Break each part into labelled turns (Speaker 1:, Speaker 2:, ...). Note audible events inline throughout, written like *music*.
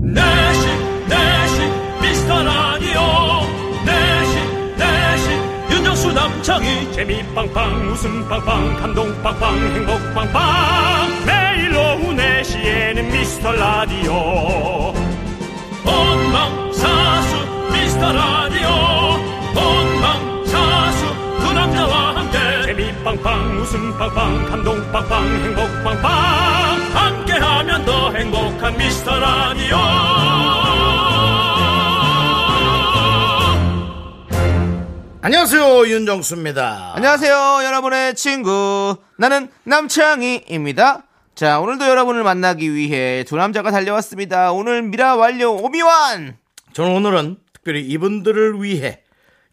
Speaker 1: 내식 내식 미스터 라디오 내식 내식 윤정수 남창희
Speaker 2: 재미 빵빵 웃음 빵빵 감동 빵빵 행복 빵빵 매일 오후 4시에는 미스터 라디오
Speaker 1: 본방사수 미스터 라디오 본방사수 그 남자와 함께
Speaker 2: 재미 빵빵 웃음 빵빵 감동 빵빵 행복 빵빵
Speaker 1: 함께하면 더 행복한 미스터 라디오
Speaker 3: 안녕하세요 윤정수입니다.
Speaker 4: 안녕하세요, 여러분의 친구. 나는 남창희입니다. 자, 오늘도 여러분을 만나기 위해 두 남자가 달려왔습니다. 오늘 미라 완료 오미완!
Speaker 3: 저는 오늘은 특별히 이분들을 위해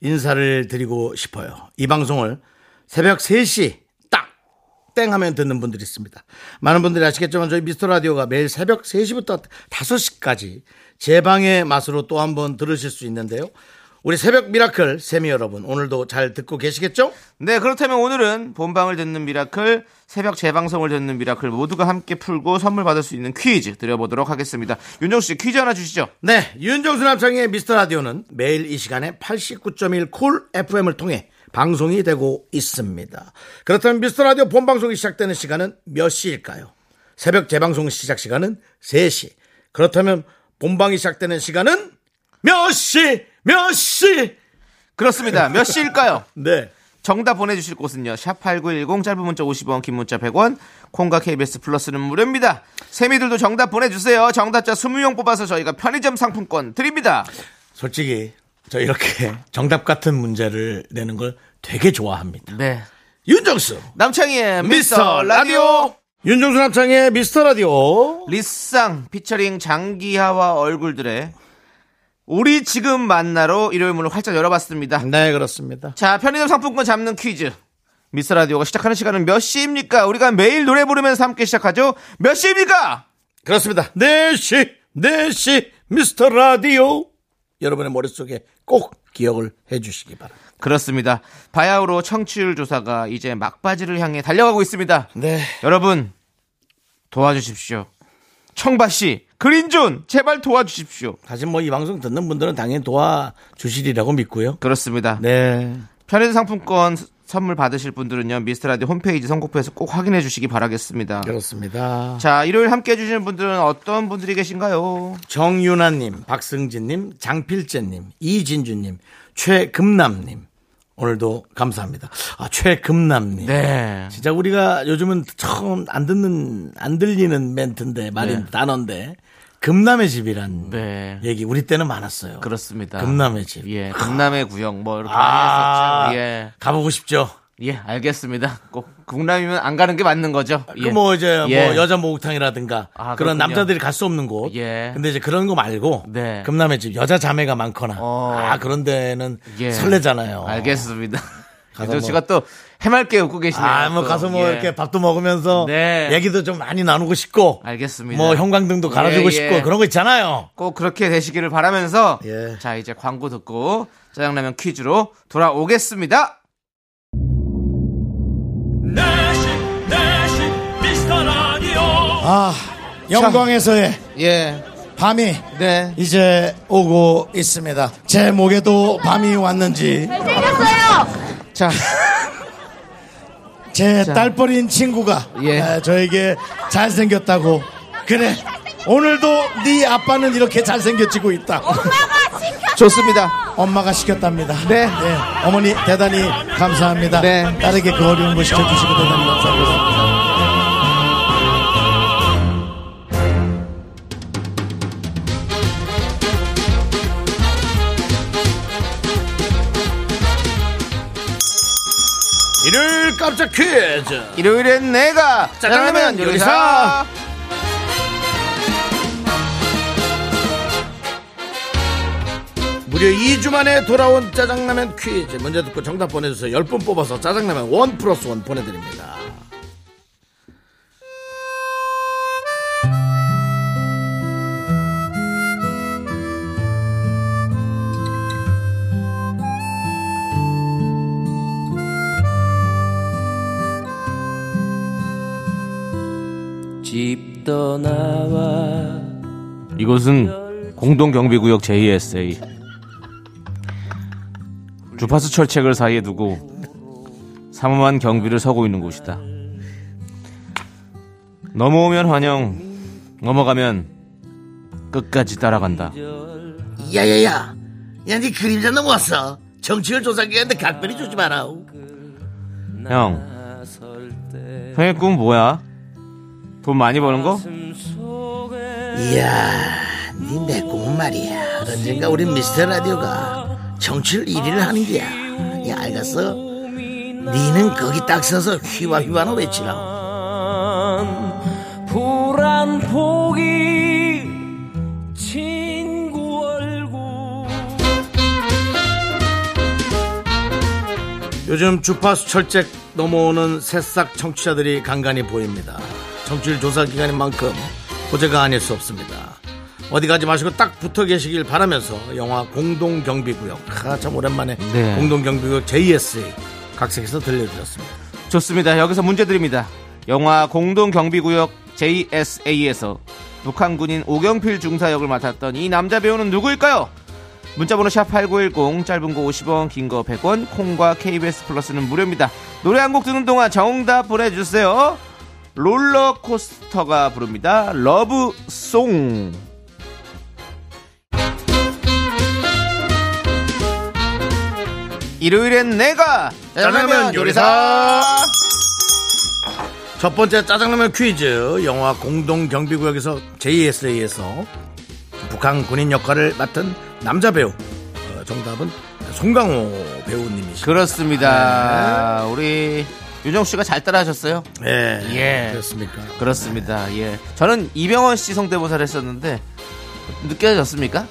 Speaker 3: 인사를 드리고 싶어요. 이 방송을 새벽 3시 딱 땡 하면 듣는 분들이 있습니다. 많은 분들이 아시겠지만 저희 미스터 라디오가 매일 새벽 3시부터 5시까지 제 방의 맛으로 또 한 번 들으실 수 있는데요. 우리 새벽 미라클 세미 여러분 오늘도 잘 듣고 계시겠죠?
Speaker 4: 네, 그렇다면 오늘은 본방을 듣는 미라클, 새벽 재방송을 듣는 미라클 모두가 함께 풀고 선물 받을 수 있는 퀴즈 드려보도록 하겠습니다. 윤정수 씨 퀴즈 하나 주시죠.
Speaker 3: 네, 윤정수 남창의 미스터 라디오는 매일 이 시간에 89.1콜 FM을 통해 방송이 되고 있습니다. 그렇다면 미스터 라디오 본 방송이 시작되는 시간은 몇 시일까요? 새벽 재방송 시작 시간은 3시. 그렇다면 본방이 시작되는 시간은 몇 시? 몇 시?
Speaker 4: 그렇습니다. 몇 시일까요?
Speaker 3: 네.
Speaker 4: 정답 보내주실 곳은요. 샵8910 짧은 문자 50원 긴 문자 100원 콩과 KBS 플러스는 무료입니다. 세미들도 정답 보내주세요. 정답자 20명 뽑아서 저희가 편의점 상품권 드립니다.
Speaker 3: 솔직히 저 이렇게 *laughs* 정답 같은 문제를 내는 걸 되게 좋아합니다.
Speaker 4: 네.
Speaker 3: 윤정수
Speaker 4: 남창희의
Speaker 3: 미스터 라디오 윤정수 남창의 미스터 라디오
Speaker 4: 리쌍 피처링 장기하와 얼굴들의 우리 지금 만나로 일요일 문을 활짝 열어봤습니다.
Speaker 3: 네 그렇습니다.
Speaker 4: 자, 편의점 상품권 잡는 퀴즈. 미스 라디오가 시작하는 시간은 몇 시입니까? 우리가 매일 노래 부르면서 함께 시작하죠. 몇 시입니까?
Speaker 3: 그렇습니다. 4시, 4시, 미스터 라디오. 여러분의 머릿속에 꼭 기억을 해 주시기 바랍니다.
Speaker 4: 그렇습니다. 바야흐로 청취율 조사가 이제 막바지를 향해 달려가고 있습니다.
Speaker 3: 네.
Speaker 4: 여러분 도와주십시오. 청바 씨, 그린존 제발 도와주십시오.
Speaker 3: 사실 뭐 이 방송 듣는 분들은 당연히 도와주시리라고 믿고요.
Speaker 4: 그렇습니다.
Speaker 3: 네.
Speaker 4: 편의점 상품권 스- 선물 받으실 분들은요 미스트라디오 홈페이지 선곡표에서 꼭 확인해 주시기 바라겠습니다.
Speaker 3: 네. 그렇습니다.
Speaker 4: 자 일요일 함께 해주시는 분들은 어떤 분들이 계신가요?
Speaker 3: 정윤아님, 박승진님, 장필재님, 이진주님, 최금남님. 오늘도 감사합니다. 아, 최금남님.
Speaker 4: 네.
Speaker 3: 진짜 우리가 요즘은 처음 안 듣는, 안 들리는 멘트인데, 말인, 단어인데, 금남의 집이란
Speaker 4: 네.
Speaker 3: 얘기 우리 때는 많았어요.
Speaker 4: 그렇습니다.
Speaker 3: 금남의 집.
Speaker 4: 예, 금남의 구역 뭐 이렇게
Speaker 3: 아,
Speaker 4: 많이 했었죠. 예,
Speaker 3: 가보고 싶죠.
Speaker 4: 예, 알겠습니다. 꼭 금남이면 안 가는 게 맞는 거죠. 예.
Speaker 3: 그 뭐 이제
Speaker 4: 예.
Speaker 3: 뭐 여자 목욕탕이라든가 그런
Speaker 4: 아, 그렇군요.
Speaker 3: 남자들이 갈 수 없는 곳.
Speaker 4: 예.
Speaker 3: 근데 이제 그런 거 말고
Speaker 4: 네.
Speaker 3: 금남의 집 여자 자매가 많거나
Speaker 4: 어.
Speaker 3: 아 그런 데는
Speaker 4: 예.
Speaker 3: 설레잖아요.
Speaker 4: 알겠습니다. *laughs*
Speaker 3: 가서
Speaker 4: 윤정
Speaker 3: 뭐-
Speaker 4: 씨가 또 해맑게 웃고 계시네요.
Speaker 3: 아, 뭐
Speaker 4: 또.
Speaker 3: 가서 뭐
Speaker 4: 예.
Speaker 3: 이렇게 밥도 먹으면서
Speaker 4: 네.
Speaker 3: 얘기도 좀 많이 나누고 싶고
Speaker 4: 알겠습니다.
Speaker 3: 뭐 형광등도 갈아주고
Speaker 4: 예,
Speaker 3: 싶고
Speaker 4: 예.
Speaker 3: 그런 거 있잖아요.
Speaker 4: 꼭 그렇게 되시기를 바라면서
Speaker 3: 예.
Speaker 4: 자 이제 광고 듣고 짜장라면 퀴즈로 돌아오겠습니다.
Speaker 1: 내식 내식 미스터 라디오
Speaker 3: 아, 영광에서의
Speaker 4: 예,
Speaker 3: 밤이
Speaker 4: 네.
Speaker 3: 이제 오고 있습니다. 제 목에도 밤이 왔는지
Speaker 4: 자,
Speaker 3: 제 딸버린 친구가
Speaker 4: 예.
Speaker 3: 에, 저에게 잘생겼다고 그래 오늘도 네 아빠는 이렇게 잘생겨지고 있다
Speaker 4: 좋습니다.
Speaker 3: 엄마가 시켰답니다
Speaker 4: 네.
Speaker 3: 어머니 대단히 감사합니다
Speaker 4: 네.
Speaker 3: 딸에게 그 어려운 거 시켜주시고 대단히 감사합니다 일요일 깜짝 퀴즈
Speaker 4: 일요일엔 내가 짜장라면 요리사.
Speaker 3: 무려 2주 만에 돌아온 짜장라면 퀴즈 문제 듣고 정답 보내주세요 10분 뽑아서 짜장라면 원 플러스 원 보내드립니다
Speaker 5: 집 떠나와
Speaker 4: 이곳은 공동경비구역 JSA. 주파수 철책을 사이에 두고 삼엄한 경비를 서고 있는 곳이다. 넘어오면 환영, 넘어가면 끝까지 따라간다.
Speaker 6: 야야야 야 니 그림자 넘어왔어 정치율 조사기한테 각별히 조지 마라
Speaker 4: 형, 형의 꿈 뭐야? 돈 많이 버는 거?
Speaker 6: 이야 니 내 꿈은 말이야 언젠가 우리 미스터 라디오가 정치율 1위를 하는 게야 야 알겠어? 니는 거기 딱 서서 휘와휘와나 외치라
Speaker 7: 불안 포기 친구 얼굴
Speaker 6: 요즘 주파수 철책 넘어오는 새싹 청취자들이 간간히 보입니다. 청취율 조사 기간인 만큼 호재가 아닐 수 없습니다. 어디 가지 마시고 딱 붙어 계시길 바라면서 영화 공동경비구역 아, 참 오랜만에
Speaker 4: 네.
Speaker 6: 공동경비구역 JSA 각색해서 들려드렸습니다.
Speaker 4: 좋습니다. 여기서 문제 드립니다. 영화 공동경비구역 JSA에서 북한군인 오경필 중사 역을 맡았던 이 남자 배우는 누구일까요? 문자번호 샵8910 짧은 거 50원 긴 거 100원 콩과 KBS 플러스는 무료입니다. 노래 한 곡 듣는 동안 정답 보내주세요. 롤러코스터가 부릅니다. 러브송 일요일엔 내가 짜장면 요리사
Speaker 6: 첫 번째 짜장라면 퀴즈 영화 공동 경비구역에서 JSA에서 북한 군인 역할을 맡은 남자 배우 어, 정답은 송강호 배우님이시죠.
Speaker 4: 그렇습니다.
Speaker 6: 네.
Speaker 4: 우리 윤정 씨가 잘 따라하셨어요.
Speaker 6: 예.
Speaker 4: 예.
Speaker 6: 그렇습니까?
Speaker 4: 그렇습니다. 예. 저는 이병헌 씨 성대모사를 했었는데 느껴졌습니까?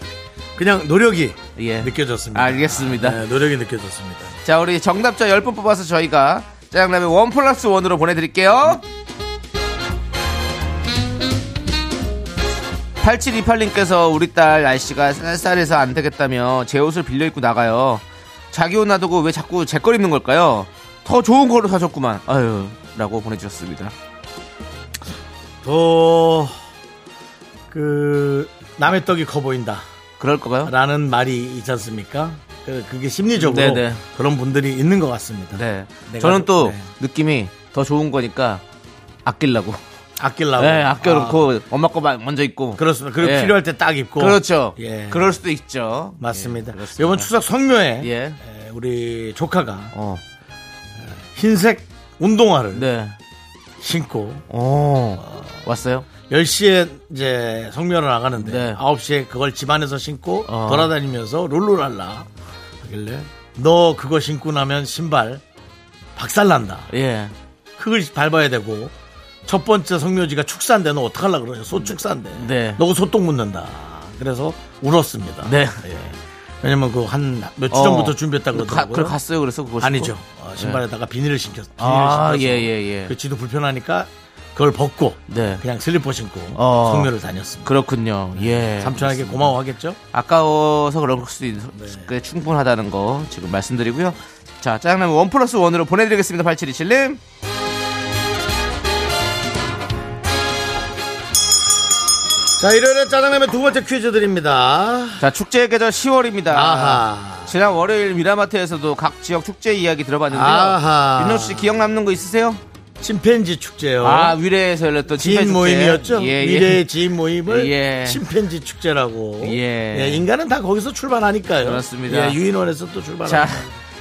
Speaker 6: 그냥 노력이
Speaker 4: 예.
Speaker 6: 느껴졌습니다.
Speaker 4: 알겠습니다.
Speaker 6: 네, 노력이 느껴졌습니다.
Speaker 4: 자, 우리 정답자 10분 뽑아서 저희가 짜장라면 원 플러스 원으로 보내드릴게요. 8728님께서 우리 딸 날씨가 쌀쌀해서 안 되겠다며 제 옷을 빌려 입고 나가요. 자기 옷 놔두고 왜 자꾸 제 걸 입는 걸까요? 더 좋은 걸로 사줬구만. 아유, 라고 보내주셨습니다.
Speaker 6: 더, 그, 남의 떡이 커 보인다.
Speaker 4: 그럴 거가요?
Speaker 6: 라는 말이 있지 않습니까? 그- 그게 심리적으로
Speaker 4: 네네.
Speaker 6: 그런 분들이 있는 것 같습니다.
Speaker 4: 네.
Speaker 6: 내가-
Speaker 4: 저는 또
Speaker 6: 네.
Speaker 4: 느낌이 더 좋은 거니까 아끼려고.
Speaker 6: 아끼려고.
Speaker 4: 네,
Speaker 6: 아,
Speaker 4: 아껴놓고 엄마 거 마- 먼저 입고.
Speaker 6: 그렇습니다. 그리고
Speaker 4: 예.
Speaker 6: 필요할 때 딱 입고.
Speaker 4: 그렇죠.
Speaker 6: 예.
Speaker 4: 그럴 수도 있죠.
Speaker 6: 맞습니다.
Speaker 4: 예, 그렇습니다.
Speaker 6: 이번 추석 성묘에
Speaker 4: 예.
Speaker 6: 에, 우리 조카가
Speaker 4: 어.
Speaker 6: 흰색 운동화를
Speaker 4: 네.
Speaker 6: 신고
Speaker 4: 오.
Speaker 6: 어.
Speaker 4: 왔어요?
Speaker 6: 10시에 이제 성묘를 나가는데
Speaker 4: 네.
Speaker 6: 9시에 그걸 집안에서 신고
Speaker 4: 어.
Speaker 6: 돌아다니면서 룰루랄라 하길래 너 그거 신고 나면 신발 박살난다.
Speaker 4: 예.
Speaker 6: 그걸 밟아야 되고 첫 번째 성묘지가 축사인데 너 어떡하려 그러냐. 소축사인데.
Speaker 4: 네.
Speaker 6: 너그 소똥 묻는다. 그래서 울었습니다.
Speaker 4: 네.
Speaker 6: 예. 왜냐면 그 한 며칠
Speaker 4: 어.
Speaker 6: 전부터 준비했다고
Speaker 4: 그 가,
Speaker 6: 그러더라고요.
Speaker 4: 그걸 갔어요. 그래서 그거 신고?
Speaker 6: 아니죠. 어, 신발에다가 비닐을 신겼, 비닐을
Speaker 4: 네. 아,
Speaker 6: 신겨서
Speaker 4: 예, 예, 예.
Speaker 6: 그 지도 불편하니까 그걸 벗고
Speaker 4: 네.
Speaker 6: 그냥 슬리퍼 신고
Speaker 4: 어.
Speaker 6: 성묘를 다녔습니다.
Speaker 4: 그렇군요. 예.
Speaker 6: 네. 삼촌에게 네. 고마워하겠죠?
Speaker 4: 아까워서 그런 수도 있, 꽤 충분하다는 거 지금 말씀드리고요. 자, 짜장라면 원 플러스 원으로 보내드리겠습니다. 8727님.
Speaker 6: 자, 일요일에 짜장라면 두 번째 퀴즈 드립니다.
Speaker 4: 자, 축제의 계절 10월입니다.
Speaker 6: 아하.
Speaker 4: 지난 월요일 미라마트에서도 각 지역 축제 이야기 들어봤는데요.
Speaker 6: 아하.
Speaker 4: 윤정 씨 기억 남는 거 있으세요?
Speaker 6: 침팬지 축제요.
Speaker 4: 아 위례에서 열렸던
Speaker 6: 지인
Speaker 4: 축제.
Speaker 6: 어? 모임이었죠?
Speaker 4: 예, 예.
Speaker 6: 미래의 지인 모임을
Speaker 4: 예.
Speaker 6: 침팬지 축제라고.
Speaker 4: 예.
Speaker 6: 인간은 다 거기서 출발하니까요.
Speaker 4: 그렇습니다.
Speaker 6: 예, 유인원에서 또
Speaker 4: 자
Speaker 6: 출발합니다.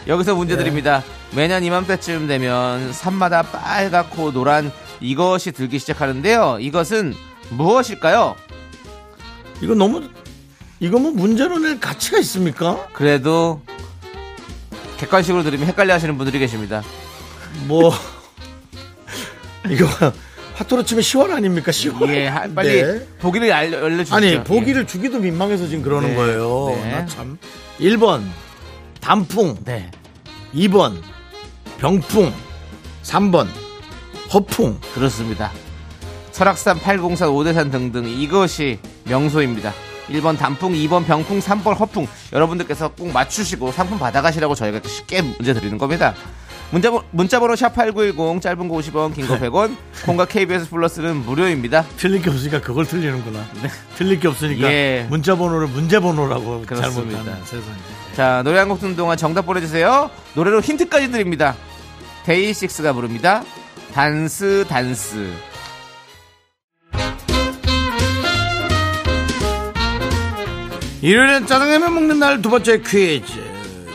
Speaker 4: 여기서 문제
Speaker 6: 네.
Speaker 4: 드립니다. 매년 이맘때쯤 되면 산마다 빨갛고 노란 이것이 들기 시작하는데요. 이것은 무엇일까요?
Speaker 6: 이거 너무, 이거 뭐 문제로 낼 가치가 있습니까?
Speaker 4: 그래도 객관식으로 들으면 헷갈려하시는 분들이 계십니다.
Speaker 6: 뭐, *laughs* 이거 화토로 치면 10월 아닙니까? 10월.
Speaker 4: 예, 하- 빨리
Speaker 6: 어, 네.
Speaker 4: 보기를 알- 알려주시죠.
Speaker 6: 아니
Speaker 4: 예.
Speaker 6: 보기를 주기도 민망해서 지금 그러는
Speaker 4: 네,
Speaker 6: 거예요.
Speaker 4: 네.
Speaker 6: 나 참 1번 단풍,
Speaker 4: 네.
Speaker 6: 2번 병풍, 3번 허풍.
Speaker 4: 그렇습니다. 설악산, 팔공산, 오대산 등등 이것이 명소입니다. 1번 단풍, 2번 병풍, 3번 허풍. 여러분들께서 꼭 맞추시고 상품 받아가시라고 저희가 쉽게 문제 드리는 겁니다. 문자번, 문자번호 샵8910 짧은 거 50원 긴 거 100원 콩과 KBS 플러스는 무료입니다
Speaker 6: 틀릴 게 없으니까 그걸 틀리는구나. 틀릴 게 없으니까
Speaker 4: 네. 예.
Speaker 6: 문자 번호를 문제 번호라고
Speaker 4: 그렇습니다.
Speaker 6: 잘못하는 세상에.
Speaker 4: 자 노래 한 곡 듣는 동안 정답 보내주세요 노래로 힌트까지 드립니다 데이식스가 부릅니다 단스 단스
Speaker 6: 일요일엔 짜장라면 먹는 날 두 번째 퀴즈.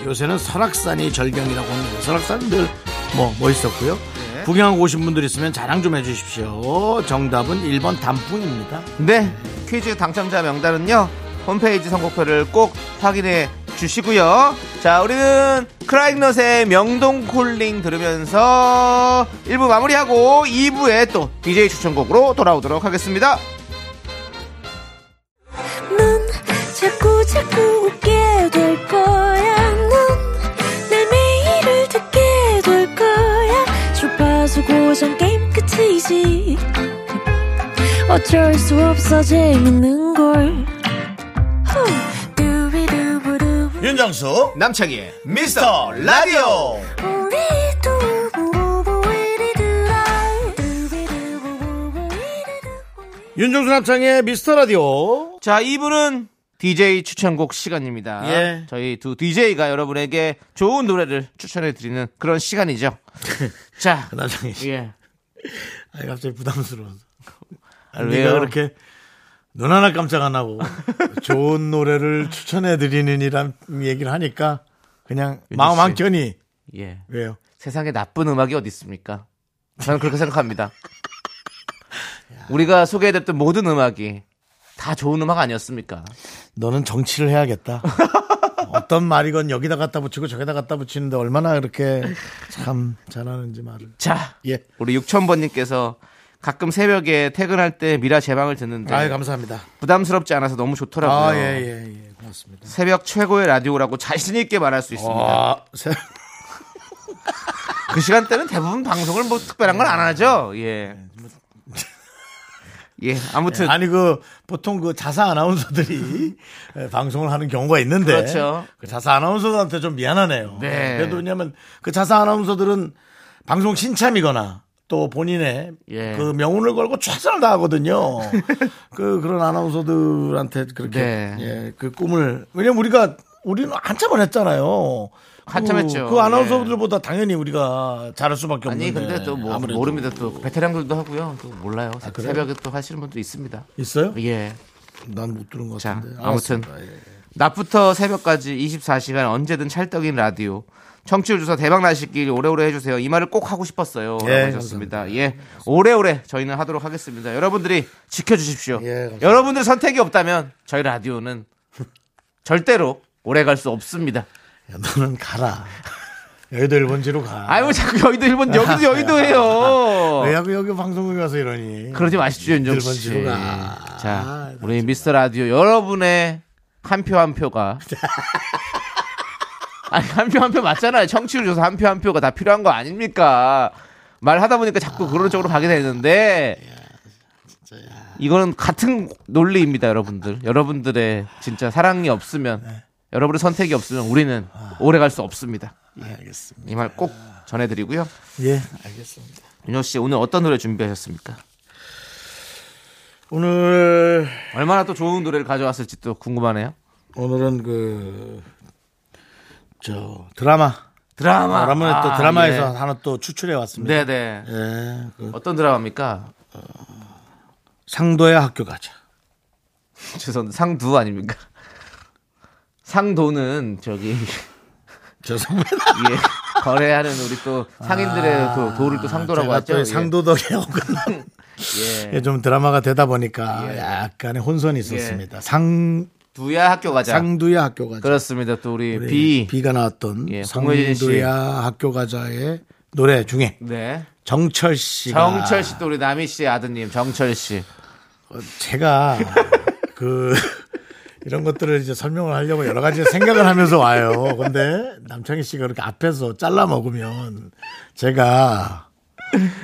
Speaker 6: 요새는 설악산이 절경이라고 합니다. 설악산은 늘 뭐 멋있었고요. 구경하고 오신 분들 있으면 자랑 좀 해주십시오. 정답은 1번 단풍입니다.
Speaker 4: 네 퀴즈 당첨자 명단은요 홈페이지 선곡표를 꼭 확인해 주시고요 자 우리는 크라잉넛의 명동콜링 들으면서 1부 마무리하고 2부에 또 DJ 추천곡으로 돌아오도록 하겠습니다
Speaker 8: 넌 자꾸 자꾸 웃게 될 거야. 넌내 매일을 듣게 될 거야. 주파수 고정 게임 끝이지. 어쩔 수 없어 재밌는 걸. 후. 두비두부두.
Speaker 9: 윤정수
Speaker 4: 남창희의
Speaker 9: 미스터 라디오
Speaker 8: 우리 두부부부 우리들아. 두비두부부부 우리들아.
Speaker 6: 윤종수 남창의 미스터 라디오.
Speaker 4: 자, 이분은 DJ 추천곡 시간입니다.
Speaker 6: 예.
Speaker 4: 저희 두 DJ가 여러분에게 좋은 노래를 추천해 드리는 그런 시간이죠. 자,
Speaker 6: 그 남창희 씨.
Speaker 4: 예.
Speaker 6: 아, 갑자기 부담스러워서.
Speaker 4: 아,
Speaker 6: 네가
Speaker 4: 왜요?
Speaker 6: 그렇게 눈 하나 깜짝 안 하고 좋은 노래를 추천해 드리는 이란 얘기를 하니까 그냥 마음
Speaker 4: 씨.
Speaker 6: 한켠이
Speaker 4: 예.
Speaker 6: 왜요?
Speaker 4: 세상에 나쁜 음악이 어디 있습니까? 저는 그렇게 생각합니다. 우리가 소개해드렸던 모든 음악이 다 좋은 음악 아니었습니까?
Speaker 6: 너는 정치를 *laughs* 해야겠다. 어떤 말이건 여기다 갖다 붙이고 저기다 갖다 붙이는데 얼마나 그렇게 참 잘하는지 말을.
Speaker 4: 자,
Speaker 6: 예.
Speaker 4: 우리 6000번님께서 가끔 새벽에 퇴근할 때 미라 제방을 듣는데
Speaker 6: 아유 감사합니다.
Speaker 4: 부담스럽지 않아서 너무 좋더라고요.
Speaker 6: 아 예 예 예, 고맙습니다.
Speaker 4: 새벽 최고의 라디오라고 자신있게 말할 수 있습니다.
Speaker 6: 아, 세-
Speaker 4: 그 시간대는 대부분 방송을 뭐 특별한 걸 안 하죠. 예. 예, 아무튼
Speaker 6: 뭐. 아니 그 보통 그
Speaker 4: *laughs*
Speaker 6: 자사 아나운서들이 에, 방송을 하는 경우가 있는데
Speaker 4: 그렇죠.
Speaker 6: 그 자사 아나운서들한테 좀 미안하네요.
Speaker 4: 네.
Speaker 6: 그래도 왜냐하면 그 자사 아나운서들은 방송 신참이거나 또 본인의
Speaker 4: 예.
Speaker 6: 그 명운을 걸고
Speaker 4: *laughs*
Speaker 6: 최선을 다하거든요. 그 그런 아나운서들한테 그렇게
Speaker 4: 네.
Speaker 6: 예, 그 꿈을 왜냐면 우리가 우리는 한참을 했잖아요. 그-
Speaker 4: 한참 했죠. 예.
Speaker 6: 그 아나운서들보다 당연히 우리가 잘할 수밖에 없는데.
Speaker 4: 아니 근데 또 뭐
Speaker 6: 아무래도. 아,
Speaker 4: 모릅니다. 또 베테랑들도 하고요. 또 몰라요.
Speaker 6: 그래요?
Speaker 4: 새벽에 또 하시는 분도 있습니다. *laughs*
Speaker 6: 있어요?
Speaker 4: 예.
Speaker 6: 난 못 들은 것
Speaker 4: 자,
Speaker 6: 같은데.
Speaker 4: 아무튼.
Speaker 6: 알았습니다. 예.
Speaker 4: 낮부터 새벽까지 24시간 언제든 찰떡인 라디오. 청취율 조사 대박 나시길 오래오래 해주세요. 이 말을 꼭 하고 싶었어요.
Speaker 6: 예,
Speaker 4: 라고 하셨습니다. 예. 오래오래 저희는 하도록 하겠습니다. 여러분들이 지켜주십시오.
Speaker 6: 예, 감사합니다.
Speaker 4: 여러분들 선택이 없다면 저희 라디오는 절대로 오래 갈 수 없습니다.
Speaker 6: 야, 너는 가라. 여의도 일본지로 가.
Speaker 4: 아유 자꾸 여의도 일본 여기도
Speaker 6: *laughs* 왜
Speaker 4: 여의도예요.
Speaker 6: 하고 여기 방송국에 와서 이러니.
Speaker 4: 그러지 마십시오 윤정 씨.
Speaker 6: 일본 음, 지로 가.
Speaker 4: 자
Speaker 6: 아,
Speaker 4: 우리 미스터 라디오 여러분의 한 표 한
Speaker 6: *laughs*
Speaker 4: 표가 아니 한 표 한 표 맞잖아요. 청취율 조사 한 표 한 표가 다 필요한 거 아닙니까? 말하다 보니까 자꾸 그런 쪽으로 가게 되는데 이거는 같은 논리입니다, 여러분들. 여러분들의 진짜 사랑이 없으면
Speaker 6: 네.
Speaker 4: 여러분의 선택이 없으면 우리는 오래 갈 수 없습니다.
Speaker 6: 아. 알겠습니다.
Speaker 4: 이 말 꼭 전해드리고요.
Speaker 6: 예, 알겠습니다.
Speaker 4: 윤호 씨 오늘 어떤 노래 준비하셨습니까?
Speaker 6: 오늘,
Speaker 4: 얼마나 또 좋은 노래를 가져왔을지 또 궁금하네요.
Speaker 6: 오늘은 그, 저, 드라마.
Speaker 4: 드라마.
Speaker 6: 드라마에 또
Speaker 4: 아,
Speaker 6: 드라마에서
Speaker 4: 예.
Speaker 6: 하나 또 추출해 왔습니다.
Speaker 4: 네네.
Speaker 6: 예, 그
Speaker 4: 어떤 드라마입니까? *laughs*
Speaker 6: 상도의 학교 가자.
Speaker 4: 죄송합니다. 상두 아닙니까? 상도는 저기 *laughs*
Speaker 6: 죄송합니다.
Speaker 4: 예. 거래하는 우리 또 상인들의 도, 를또 상도라고
Speaker 6: 아, 제가 또
Speaker 4: 하죠.
Speaker 6: 상도덕에 *laughs* 어긋난
Speaker 4: 예.
Speaker 6: 예,
Speaker 4: 예.
Speaker 6: 좀 드라마가 되다 보니까 약간의 혼선이 있었습니다. 상,
Speaker 4: 두야 학교 예. 가자.
Speaker 6: 상두의 학교 가자.
Speaker 4: 그렇습니다. 또 우리,
Speaker 6: 우리
Speaker 4: 비.
Speaker 6: 비가 나왔던
Speaker 4: 예,
Speaker 6: 상도야
Speaker 4: 홍효진 씨.
Speaker 6: 학교 가자의 노래 중에
Speaker 4: 네.
Speaker 6: 정철 씨가
Speaker 4: 정철 씨 또 우리 남희 씨의 아드님 정철 씨.
Speaker 6: 제가 *laughs* 그 이런 것들을 이제 설명을 하려고 여러 가지 생각을 하면서 와요. 근데 남창희 씨가 그렇게 앞에서 잘라 먹으면 제가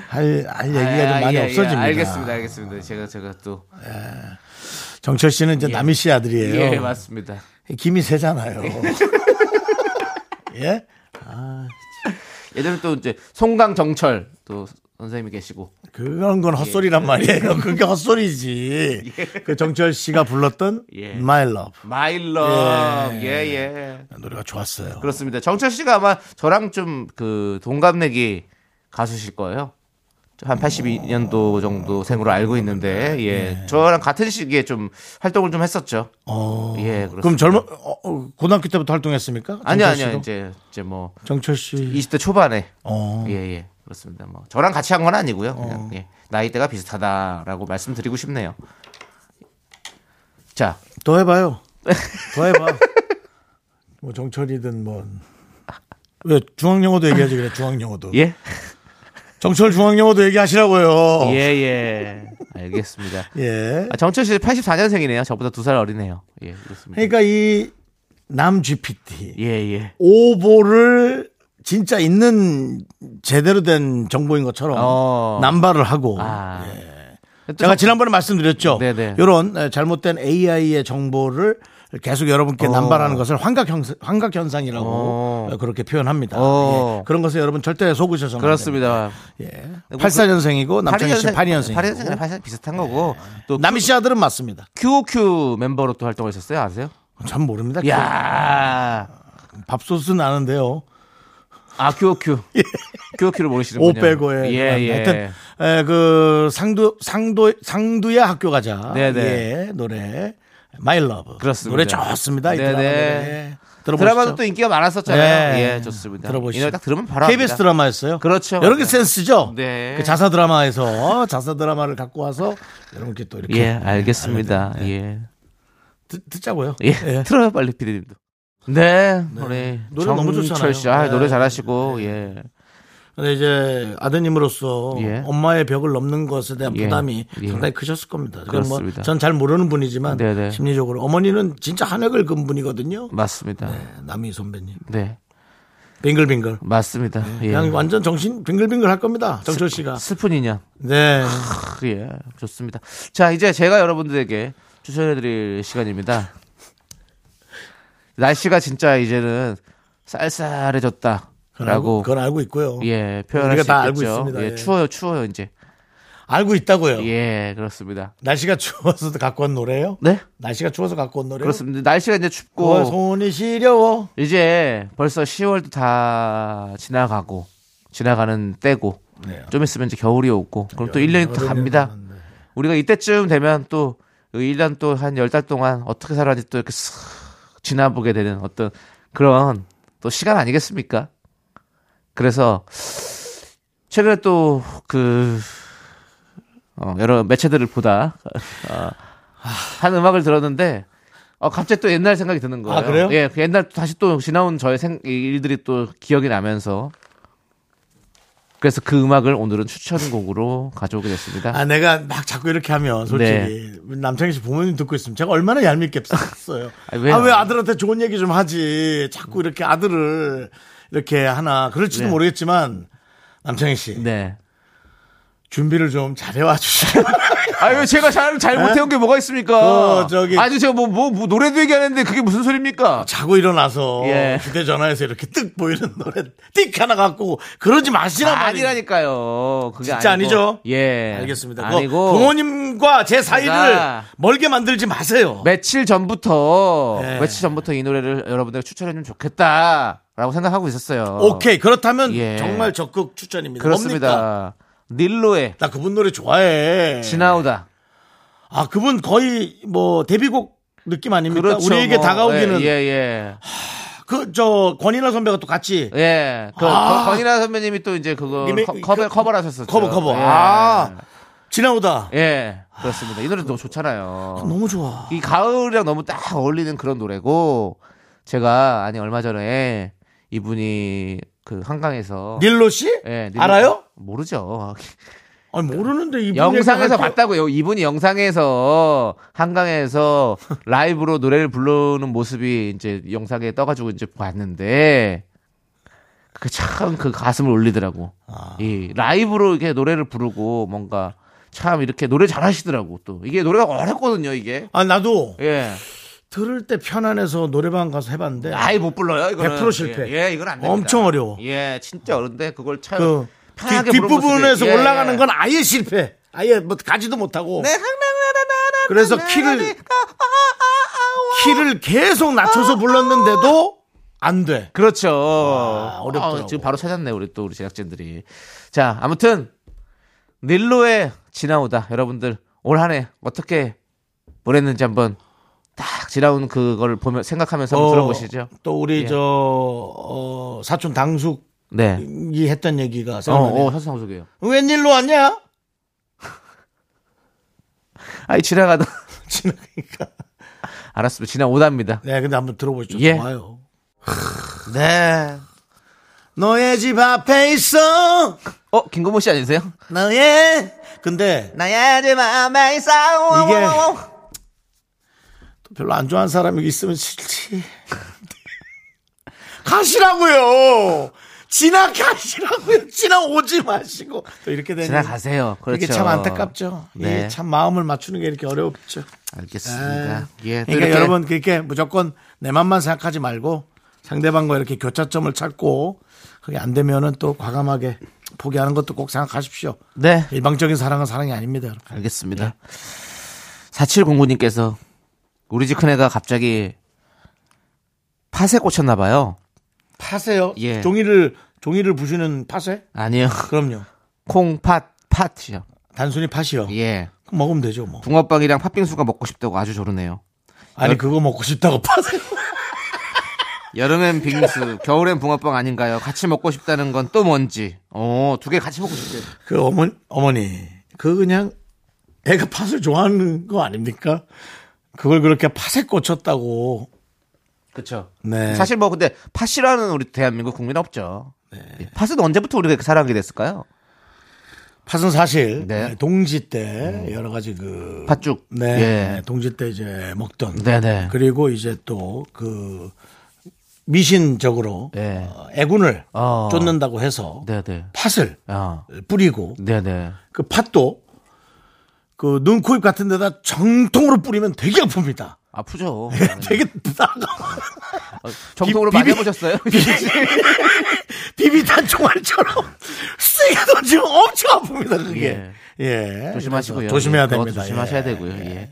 Speaker 6: 할, 할 얘기가
Speaker 4: 아,
Speaker 6: 좀 많이
Speaker 4: 예, 예.
Speaker 6: 없어집니다.
Speaker 4: 알겠습니다. 알겠습니다. 제가 제가 또
Speaker 6: 정철 씨는 이제 남희 씨 아들이에요.
Speaker 4: 예, 맞습니다.
Speaker 6: 김이 세잖아요. 예?
Speaker 4: 예전에 또 이제 송강 정철 또 선생님이 계시고
Speaker 6: 그런 건
Speaker 4: 예.
Speaker 6: 헛소리란 말이에요. 그게 헛소리지. 그 정철 씨가 불렀던
Speaker 4: 예.
Speaker 6: My Love
Speaker 4: 마일러
Speaker 6: 예.
Speaker 4: 예예
Speaker 6: 노래가 좋았어요.
Speaker 4: 그렇습니다. 정철 씨가 아마 저랑 좀 그 동갑내기 가수실 거예요. 한 82년도 정도 생으로 알고 있는데 예. 저랑 같은 시기에 좀 활동을 좀 했었죠.
Speaker 6: 어.
Speaker 4: 예,
Speaker 6: 그럼
Speaker 4: 그렇습니다.
Speaker 6: 젊은 어, 어, 고등학교 때부터 활동했습니까?
Speaker 4: 아니요,
Speaker 6: 정철 씨도?
Speaker 4: 아니요. 이제 이제 뭐
Speaker 6: 정철 씨.
Speaker 4: 20대 초반에
Speaker 6: 어.
Speaker 4: 예, 예. 그렇습니다. 뭐 저랑 같이 한 건 아니고요. 그냥 예. 나이대가 비슷하다라고 말씀드리고 싶네요. 자, *laughs*
Speaker 6: 더 해봐요. 더 해봐. 뭐 정철이든 뭐. 왜 중학영어도 얘기하지 그래 중학영어도.
Speaker 4: 예.
Speaker 6: 정철 중학영어도 얘기하시라고요.
Speaker 4: 예, 예. 알겠습니다.
Speaker 6: 예.
Speaker 4: 아, 정철 씨 84년생이네요. 저보다 두 살 어리네요. 예, 그렇습니다.
Speaker 6: 그러니까 이 남 GPT
Speaker 4: 예, 예.
Speaker 6: 오보를 진짜 있는 제대로 된 정보인 것처럼
Speaker 4: 어.
Speaker 6: 남발을 하고
Speaker 4: 아. 또
Speaker 6: 제가
Speaker 4: 정-
Speaker 6: 지난번에 말씀드렸죠.
Speaker 4: 네네.
Speaker 6: 이런 잘못된 AI의 정보를 계속 여러분께 남발하는 것을 환각 현상, 환각 현상이라고
Speaker 4: 어.
Speaker 6: 그렇게 표현합니다.
Speaker 4: 어.
Speaker 6: 예. 그런 것에 여러분 절대 속으셔서
Speaker 4: 그렇습니다.
Speaker 6: 예. 84년생이고 예. 남창희 씨 82년생.
Speaker 4: 82년생, 82년생 비슷한 거고 또
Speaker 6: 남희 씨 아들은 맞습니다.
Speaker 4: QOQ 멤버로 또 활동하셨어요. 아세요?
Speaker 6: 전 모릅니다.
Speaker 4: 야.
Speaker 6: 밥솥은 아는데요.
Speaker 4: 아, QOQ.
Speaker 6: *laughs*
Speaker 4: QOQ를 모르시는군요.
Speaker 6: 예. 오 빼고에.
Speaker 4: 예, 예.
Speaker 6: 하여튼 에, 그 상두 상도 상두야 학교 가자.
Speaker 4: 네네.
Speaker 6: 예, 노래 마이 러브.
Speaker 4: 그렇습니다.
Speaker 6: 노래 좋습니다. 이
Speaker 4: 네네.
Speaker 6: 드라마 노래. 들어보시죠.
Speaker 4: 드라마도 또 인기가 많았었잖아요.
Speaker 6: 네.
Speaker 4: 예, 좋습니다.
Speaker 6: 들어보시죠.
Speaker 4: 이 노래 딱 들으면 바로
Speaker 6: KBS
Speaker 4: 압니다.
Speaker 6: 드라마였어요.
Speaker 4: 그렇죠.
Speaker 6: 여러 개
Speaker 4: 맞아요.
Speaker 6: 센스죠.
Speaker 4: 네.
Speaker 6: 그 자사 드라마에서 어? 자사 드라마를 갖고 와서 여러분께 또 이렇게
Speaker 4: 예,
Speaker 6: 아,
Speaker 4: 알겠습니다.
Speaker 6: 네.
Speaker 4: 예.
Speaker 6: 듣, 듣자고요.
Speaker 4: 예. 틀어요, 빨리 피디님도. 네, 우리
Speaker 6: 노래 너무 좋잖아요.
Speaker 4: 정철 씨, 아,
Speaker 6: 네.
Speaker 4: 노래 잘하시고, 예,
Speaker 6: 근데 이제 아드님으로서
Speaker 4: 예.
Speaker 6: 엄마의 벽을 넘는 것에 대한
Speaker 4: 예.
Speaker 6: 부담이
Speaker 4: 예.
Speaker 6: 상당히 크셨을 겁니다. 그건 뭐
Speaker 4: 그렇습니다.
Speaker 6: 전 잘 모르는 분이지만
Speaker 4: 네네.
Speaker 6: 심리적으로 어머니는 진짜 한획을 근 분이거든요.
Speaker 4: 맞습니다.
Speaker 6: 네, 남희 선배님.
Speaker 4: 네,
Speaker 6: 빙글빙글.
Speaker 4: 맞습니다. 예.
Speaker 6: 그냥 완전 정신 빙글빙글 할 겁니다. 정철 씨가.
Speaker 4: 슬픈 인연.
Speaker 6: 네.
Speaker 4: 크, 예, 좋습니다. 자, 이제 제가 여러분들에게 추천해드릴 시간입니다. 날씨가 진짜 이제는
Speaker 6: 그건 알고,
Speaker 4: 쌀쌀해졌다라고
Speaker 6: 그건 알고 있고요.
Speaker 4: 예 표현할
Speaker 6: 우리가
Speaker 4: 수
Speaker 6: 다 알고
Speaker 4: 있겠죠.
Speaker 6: 있습니다.
Speaker 4: 예,
Speaker 6: 예.
Speaker 4: 추워요, 추워요 이제.
Speaker 6: 알고 있다고요.
Speaker 4: 예, 그렇습니다.
Speaker 6: 날씨가 *laughs* 추워서 갖고 온 노래요?
Speaker 4: 네,
Speaker 6: 날씨가 추워서 갖고 온 노래요?
Speaker 4: 그렇습니다. 날씨가 이제 춥고
Speaker 6: 어, 손이 시려워.
Speaker 4: 이제 벌써 10월도 다 지나가고 지나가는 때고
Speaker 6: 네.
Speaker 4: 좀 있으면 이제 겨울이 오고 그럼 또 1년이 또 갑니다. 우리가 이때쯤 되면 또 1년 또 한 10달 동안 어떻게 살았는지 또 이렇게 쓱 지나보게 되는 어떤 그런 또 시간 아니겠습니까? 그래서 최근에 또 그 어, 여러 매체들을 보다 어, 한 음악을 들었는데 어, 갑자기 또 옛날 생각이 드는 거예요.
Speaker 6: 아, 그래요?
Speaker 4: 예, 그 옛날 또 다시 또 지나온 저의 생, 이 일들이 또 기억이 나면서 그래서 그 음악을 오늘은 추천곡으로 가져오게 됐습니다.
Speaker 6: 아, 내가 막 자꾸 이렇게 하면 솔직히 남창희 씨 부모님 듣고 있으면 제가 얼마나 얄밉겠어요.
Speaker 4: 네. *laughs* 아,
Speaker 6: 아,
Speaker 4: 왜요?
Speaker 6: 왜 아들한테 좋은 얘기 좀 하지? 자꾸 이렇게 아들을 이렇게 하나. 그럴지도
Speaker 4: 네.
Speaker 6: 모르겠지만 남창희 씨
Speaker 4: 네.
Speaker 6: 준비를 좀 잘해와 주시고. *laughs*
Speaker 4: 아유, 제가 잘, 잘 못해온 게 뭐가 있습니까?
Speaker 6: 네? 그, 저기- 아,
Speaker 4: 아니, 제가 뭐, 뭐, 뭐 노래도 얘기하는데 그게 무슨 소리입니까?
Speaker 6: 자고 일어나서
Speaker 4: 예.
Speaker 6: 휴대전화에서 이렇게 뜨 보이는 노래 띡 하나 갖고 그러지 마시란 말이에요.
Speaker 4: 아, 아니라니까요. 그게
Speaker 6: 진짜
Speaker 4: 아니고.
Speaker 6: 아니죠?
Speaker 4: 예.
Speaker 6: 알겠습니다. 그거
Speaker 4: 아니고.
Speaker 6: 부모님과 제 사이를
Speaker 4: 제가- 네.
Speaker 6: 멀게 만들지 마세요.
Speaker 4: 며칠 전부터,
Speaker 6: 예.
Speaker 4: 며칠 전부터 이 노래를 여러분들 추천해주면 좋겠다라고 생각하고 있었어요.
Speaker 6: 오케이 그렇다면
Speaker 4: 예.
Speaker 6: 정말 적극 추천입니다. 뭡니까? 네.
Speaker 4: 그렇습니다. 닐로의
Speaker 6: 나 그분 노래 좋아해.
Speaker 4: 지나오다.
Speaker 6: 아 그분 거의 뭐 데뷔곡 느낌 아닙니까?
Speaker 4: 그렇죠.
Speaker 6: 그러니까 우리에게
Speaker 4: 뭐,
Speaker 6: 다가오기는
Speaker 4: 예, 예.
Speaker 6: 그 저 권인하 선배가 또 같이
Speaker 4: 예. 예. 그,
Speaker 6: 아.
Speaker 4: 거- 권인하 선배님이 또 이제 그거
Speaker 6: 리메-
Speaker 4: 커- 커버, 커버를 하셨었죠.
Speaker 6: 커버 커버.
Speaker 4: 예.
Speaker 6: 아 지나오다
Speaker 4: 예. 그렇습니다. 이 노래 너무 좋잖아요.
Speaker 6: 너무 좋아.
Speaker 4: 어. 이 가을이랑 너무 딱 어울리는 그런 노래고 제가 아니 얼마 전에 이분이 그 한강에서
Speaker 6: 닐로 씨
Speaker 4: 예, 닐-
Speaker 6: 알아요?
Speaker 4: 모르죠.
Speaker 6: 아니 모르는데 이분
Speaker 4: 영상에서
Speaker 6: 얘기할 때-
Speaker 4: 봤다고요. 이분이 영상에서 한강에서 라이브로 노래를 부르는 모습이 이제 영상에 떠가지고 이제 봤는데 그 참 그 가슴을 울리더라고. 이 라이브로 이렇게 노래를 부르고 뭔가 참 이렇게 노래 잘하시더라고 또 이게 노래가 어렵거든요 이게.
Speaker 6: 아 나도
Speaker 4: 예.
Speaker 6: 들을 때 편안해서 노래방 가서 해봤는데
Speaker 4: 아예 못 불러요. 이거는
Speaker 6: 100% 실패.
Speaker 4: 예, 예, 이건 안 됩니다.
Speaker 6: 엄청 어려워.
Speaker 4: 예, 진짜 어려운데 그걸 참
Speaker 6: 그
Speaker 4: 편하게
Speaker 6: 뒷,
Speaker 4: 부르는
Speaker 6: 뒷부분에서
Speaker 4: 모습이- 예,
Speaker 6: 올라가는
Speaker 4: 예.
Speaker 6: 건 아예 실패. 아예 뭐 가지도 못하고.
Speaker 4: 네, 항나나나나나
Speaker 6: 그래서
Speaker 4: 나나나
Speaker 6: 키를-
Speaker 4: 아, 아, 아, 아, 아.
Speaker 6: 키를 계속 낮춰서 불렀는데도 안 돼.
Speaker 4: 그렇죠.
Speaker 6: 어렵더라고.
Speaker 4: 아, 지금 바로 찾았네 우리 또 우리 제작진들이. 자, 아무튼 닐로의 지나오다 여러분들 올 한해 어떻게 보냈는지 한번 딱 지나온 그걸 보면 생각하면서 한번
Speaker 6: 어,
Speaker 4: 들어보시죠.
Speaker 6: 또 우리
Speaker 4: 예.
Speaker 6: 저 어, 사촌 당숙이
Speaker 4: 네.
Speaker 6: 했던 얘기가
Speaker 4: 어,
Speaker 6: 생각나네.
Speaker 4: 어, 사수상 소개요.
Speaker 6: 웬일로 왔냐? *laughs*
Speaker 4: 아이 지나가다 *laughs*
Speaker 6: 지나니까.
Speaker 4: 알았습니다. 지나오답니다.
Speaker 6: 네, 근데 한번 들어보시죠.
Speaker 4: 예.
Speaker 6: 좋아요.
Speaker 4: 네.
Speaker 6: 너의 집 앞에 있어.
Speaker 4: 어, 김건모 씨 아니세요?
Speaker 6: 네. 너의. 근데
Speaker 4: 나야 내 맘에 싸워.
Speaker 6: 이게 또 별로 안 좋아하는 사람이 있으면 싫지. *laughs* 가시라고요. 지나가시라고요. 지나오지 마시고 또 이렇게 되니
Speaker 4: 지나가세요. 그렇죠.
Speaker 6: 이게 참 안타깝죠.
Speaker 4: 네.
Speaker 6: 이게 참 마음을 맞추는 게 이렇게 어렵죠.
Speaker 4: 알겠습니다. 예. 또
Speaker 6: 그러니까
Speaker 4: 이렇게
Speaker 6: 여러분 그렇게 무조건 내 맘만 생각하지 말고 상대방과 이렇게 교차점을 찾고 그게 안 되면은 또 과감하게 포기하는 것도 꼭 생각하십시오.
Speaker 4: 네.
Speaker 6: 일방적인 사랑은 사랑이 아닙니다. 여러분.
Speaker 4: 알겠습니다. 4709님께서 우리 집 큰애가 갑자기 팥에 꽂혔나봐요.
Speaker 6: 파세요.
Speaker 4: 예.
Speaker 6: 종이를 종이를 부수는 파세?
Speaker 4: 아니요.
Speaker 6: 그럼요.
Speaker 4: *laughs* 콩팥, 팥이요.
Speaker 6: 단순히 팥이요.
Speaker 4: 예.
Speaker 6: 그럼 먹으면 되죠, 뭐.
Speaker 4: 붕어빵이랑 팥빙수가 먹고 싶다고 아주 조르네요.
Speaker 6: 아니 그거 먹고 싶다고 파세요.
Speaker 4: 여름엔 *laughs* 빙수, 겨울엔 붕어빵 아닌가요? 같이 먹고 싶다는 건 또 뭔지. 어, 두 개 같이 먹고 싶대요.
Speaker 6: *laughs* 그 어머니, 어머니, 그 그냥 애가 팥을 좋아하는 거 아닙니까? 그걸 그렇게 팥에 꽂혔다고.
Speaker 4: 그쵸.
Speaker 6: 네.
Speaker 4: 사실 뭐 근데 팥이라는 우리 대한민국 국민 없죠. 예, 팥은 언제부터 우리가 이렇게 사랑하게 됐을까요?
Speaker 6: 팥은 사실
Speaker 4: 네.
Speaker 6: 네, 동지 때 여러 가지 그
Speaker 4: 팥죽.
Speaker 6: 네,
Speaker 4: 예.
Speaker 6: 동지 때 이제 먹던.
Speaker 4: 네네.
Speaker 6: 그리고 이제 또 그 미신적으로
Speaker 4: 예.
Speaker 6: 어, 애군을
Speaker 4: 어.
Speaker 6: 쫓는다고 해서
Speaker 4: 네네.
Speaker 6: 팥을
Speaker 4: 아,
Speaker 6: 뿌리고
Speaker 4: 네네.
Speaker 6: 그 팥도 그 눈, 코, 입 같은 데다 정통으로 뿌리면 되게 아픕니다. *laughs*
Speaker 4: 아프죠.
Speaker 6: 되게 나가
Speaker 4: 어, 정통으로
Speaker 6: 비- 네,
Speaker 4: 많이
Speaker 6: 비비- *laughs*
Speaker 4: 해보셨어요?
Speaker 6: 비비탄 총알처럼 세게 던지면 엄청 아픕니다 그게. 예.
Speaker 4: 조심하시고요.
Speaker 6: 그래서 조심해야
Speaker 4: 예, 그것도
Speaker 6: 됩니다.
Speaker 4: 조심하셔야
Speaker 6: 예.
Speaker 4: 되고요. 예.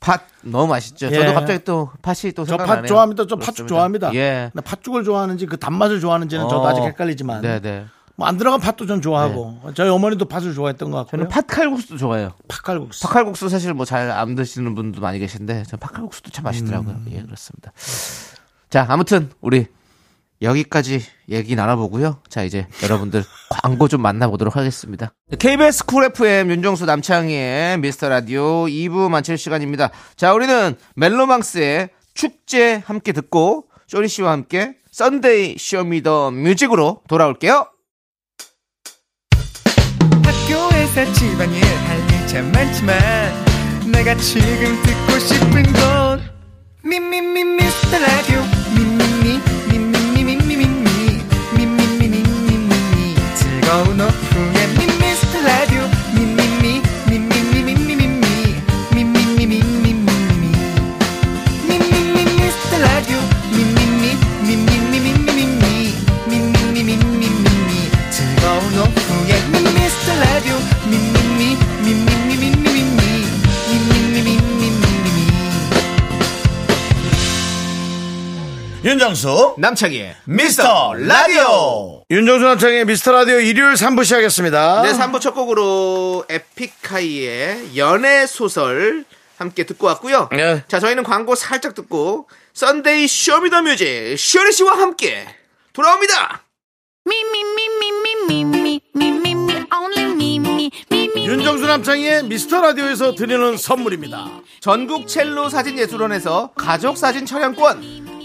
Speaker 4: 팥 너무 맛있죠.
Speaker 6: 예.
Speaker 4: 저도 갑자기 또 팥이 또
Speaker 6: 저
Speaker 4: 생각나네요.
Speaker 6: 팥 좋아합니다. 저 팥죽
Speaker 4: 그렇습니다.
Speaker 6: 좋아합니다.
Speaker 4: 예.
Speaker 6: 근데 팥죽을 좋아하는지 그 단맛을 좋아하는지는 저도
Speaker 4: 어.
Speaker 6: 아직 헷갈리지만.
Speaker 4: 네네.
Speaker 6: 뭐 안 들어간 팥도 전 좋아하고 저희 어머니도 네. 팥을 좋아했던 것 같고요.
Speaker 4: 저는 팥칼국수도 좋아해요.
Speaker 6: 팥칼국수.
Speaker 4: 팥칼국수 사실 뭐 잘 안 드시는 분도 많이 계신데 전 팥칼국수도 참 맛있더라고요. 예, 그렇습니다. 자, 아무튼 우리 여기까지 얘기 나눠보고요. 자, 이제 여러분들 *laughs* 광고 좀 만나보도록 하겠습니다. KBS 쿨 FM 윤정수 남창희의 미스터 라디오 2부 만칠 시간입니다. 자, 우리는 멜로망스의 축제 함께 듣고 쇼리 씨와 함께 썬데이 쇼미더 뮤직으로 돌아올게요.
Speaker 10: 학교에서 집안일 할 일 참 많지만 내가 지금 듣고 싶은 건 미미미 미스터 라디오 미미미 미미미 미미미 미미미 미미미 즐거운 오후에 미스터 라디오 미미미 미미미 미미미 미미미 미미미 미미미 미스터 라디오 미미미 미미미 미미미 미미미 미미미 즐거운 오후에 Mr. Radio 미미미 미미미 미미미 미미미
Speaker 9: 윤정수
Speaker 4: 남창희의
Speaker 9: 미스터 라디오
Speaker 6: 윤정수 남창의 미스터 라디오 일요일 3부 시작했습니다.
Speaker 4: 네, 3부 첫 곡으로 에픽하이의 연애 소설 함께 듣고 왔고요.
Speaker 6: 네.
Speaker 4: 자, 저희는 광고 살짝 듣고 썬데이 쇼미더뮤직 쇼리 씨와 함께 돌아옵니다.
Speaker 6: 윤정수 남창의 미스터 라디오에서 드리는 선물입니다.
Speaker 4: 전국 첼로 사진 예술원에서 가족 사진 촬영권,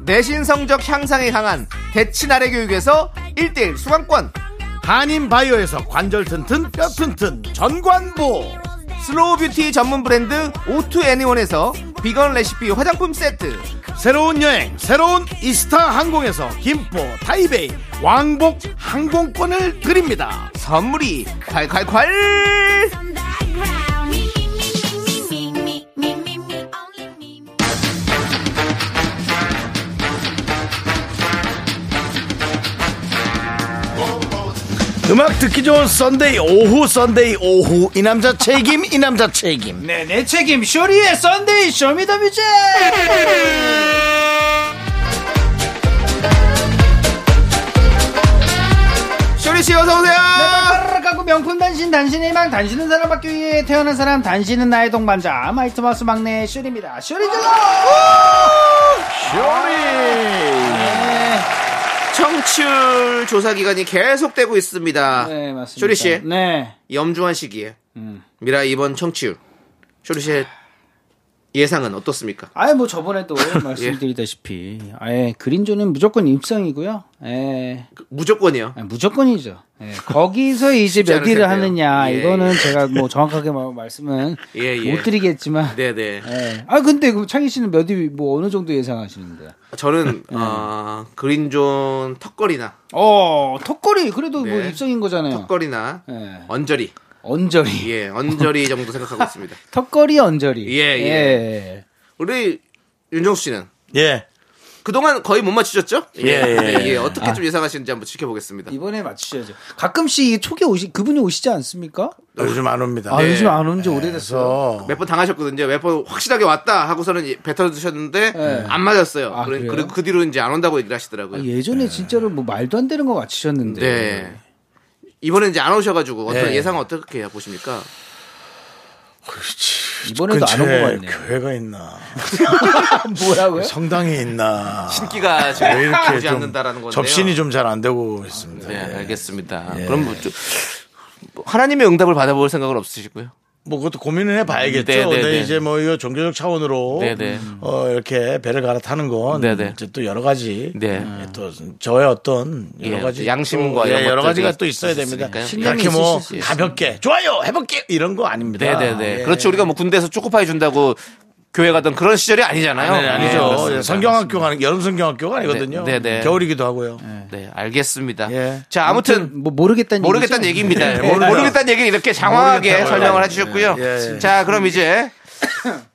Speaker 4: 내신 성적 향상에 강한 대치 나래 교육에서 1대1 수강권
Speaker 6: 한인 바이오에서 관절 튼튼 뼈 튼튼 전관보
Speaker 4: 슬로우 뷰티 전문 브랜드 오투 애니원에서 비건 레시피 화장품 세트
Speaker 6: 새로운 여행 새로운 이스타 항공에서 김포 타이베이 왕복 항공권을 드립니다
Speaker 4: 선물이 콸콸콸
Speaker 6: 음악 듣기 좋은 썬데이 오후 썬데이 오후 이 남자 책임 이 남자 책임
Speaker 10: 네, 내 책임 쇼리의 썬데이 쇼미더뮤직.
Speaker 6: 네.
Speaker 4: 쇼리씨 어서오세요
Speaker 10: 빠르르하고 명품 단신, 단신의 희망, 단신은 사랑받기 위해 태어난 사람, 단신은 나의 동반자, 마이트마우스 막내 쇼리입니다. 쇼리 질러!
Speaker 4: 네, 청취율 조사 기간이 계속되고 있습니다
Speaker 10: 네, 맞습니다.
Speaker 4: 쇼리 씨.
Speaker 10: 네.
Speaker 4: 염중한 시기에 미라 이번 청취율 쇼리씨의 예상은 어떻습니까?
Speaker 10: 아예
Speaker 4: *laughs*
Speaker 10: 뭐 저번에도 말씀드리다시피, 아예 그린존은 무조건 입성이고요. 예.
Speaker 4: 무조건이요
Speaker 10: 아, 무조건이죠. 예, 거기서
Speaker 4: *laughs*
Speaker 10: 이제
Speaker 4: 않을
Speaker 10: 몇 일을
Speaker 4: 텐데요.
Speaker 10: 하느냐
Speaker 4: 예,
Speaker 10: 이거는
Speaker 4: 예.
Speaker 10: 제가 뭐 정확하게 말- 말씀은
Speaker 4: 예, 예.
Speaker 10: 못 드리겠지만.
Speaker 4: 네네
Speaker 10: 예. 아 근데 그 창희 씨는 몇이뭐 어느 정도 예상하시는데?
Speaker 4: 저는 어, 그린존 턱걸이나
Speaker 10: 어 턱걸이 그래도 뭐
Speaker 4: 네.
Speaker 10: 입성인 거잖아요.
Speaker 4: 턱걸이나
Speaker 10: 예.
Speaker 4: 언저리
Speaker 10: 언저리.
Speaker 4: 예 언저리 정도 생각하고 *laughs* 있습니다
Speaker 10: 턱걸이 언저리.
Speaker 4: 예, 예. 우리 윤정수 씨는
Speaker 6: 예
Speaker 4: 그동안 거의 못 맞추셨죠? 예,
Speaker 6: 예, 예.
Speaker 4: 예, 어떻게 좀 예상하시는지 한번 지켜보겠습니다.
Speaker 10: 이번에 맞추셔야죠. 가끔씩 이 촉에 오시 그분이 오시지 않습니까?
Speaker 6: 요즘 안 옵니다
Speaker 10: 아
Speaker 4: 네.
Speaker 10: 요즘 안 오는 지 오래됐어.
Speaker 6: 그래서
Speaker 4: 몇 번 당하셨거든요. 몇 번 확실하게 왔다 하고서는 이제 뱉어주셨는데 안 맞았어요. 네.
Speaker 10: 아,
Speaker 4: 그래-
Speaker 10: 그래요?
Speaker 4: 그리고 그 뒤로 이제 안 온다고 얘기를 하시더라고요.
Speaker 10: 아,
Speaker 6: 네.
Speaker 10: 예전에 진짜로 뭐 말도 안 되는 거 맞추셨는데.
Speaker 4: 네. 이번에 이제 안 오셔가지고 어떤
Speaker 6: 네.
Speaker 4: 예상은 어떻게 해 보십니까?
Speaker 10: 이번에도 안 온 거
Speaker 6: 근처에
Speaker 10: 같네요.
Speaker 6: 교회가 있나
Speaker 10: *laughs* 뭐라고요?
Speaker 6: 성당이 있나
Speaker 4: 신기가 지금
Speaker 6: 아, 왜 이렇게
Speaker 4: 오지
Speaker 6: 좀
Speaker 4: 않는다라는 건데요.
Speaker 6: 접신이 좀 예. 잘 안 되고 있습니다
Speaker 4: 네, 알겠습니다. 그럼 뭐 좀- 뭐 하나님의 응답을 받아볼 생각은 없으시고요.
Speaker 6: 뭐 그것도 고민을 해봐야겠죠.
Speaker 4: 네, 네,
Speaker 6: 근데
Speaker 4: 네.
Speaker 6: 이제 뭐 이거 종교적 차원으로
Speaker 4: 네, 네.
Speaker 6: 어 이렇게 배를 갈아타는 건
Speaker 4: 네, 네.
Speaker 6: 이제 또 여러 가지
Speaker 4: 네.
Speaker 6: 음, 또 저의 어떤 여러
Speaker 4: 예,
Speaker 6: 가지
Speaker 4: 양심과
Speaker 6: 또,
Speaker 4: 이런
Speaker 6: 예, 여러
Speaker 4: 것들이
Speaker 6: 가지가 또 있어야 됩니다.
Speaker 4: 있으니까요. 네. 신념이
Speaker 6: 이렇게 뭐
Speaker 4: 있으실 수
Speaker 6: 가볍게 좋아요 해볼게 이런 거 아닙니다.
Speaker 4: 네네네.
Speaker 6: 예.
Speaker 4: 그렇지 우리가 뭐 군대에서 초코파이 준다고 교회 가던 그런 시절이 아니잖아요.
Speaker 6: 네, 아니죠.
Speaker 4: 그렇습니다.
Speaker 6: 예, 성경학교 가는 여름 성경학교가 아니거든요.
Speaker 4: 네, 네, 네.
Speaker 6: 겨울이기도 하고요.
Speaker 4: 네, 알겠습니다.
Speaker 6: 예.
Speaker 4: 자, 아무튼
Speaker 10: 뭐 모르겠다는
Speaker 4: 모르겠다는
Speaker 10: 얘기죠? 네. 아,
Speaker 4: 얘기입니다.
Speaker 6: 예,
Speaker 4: 모르-
Speaker 6: 몰라요.
Speaker 4: 모르겠다는 얘기를 이렇게 장황하게
Speaker 6: 모르겠다고요.
Speaker 4: 설명을 해주셨고요.
Speaker 6: 예, 예.
Speaker 4: 자, 그럼 이제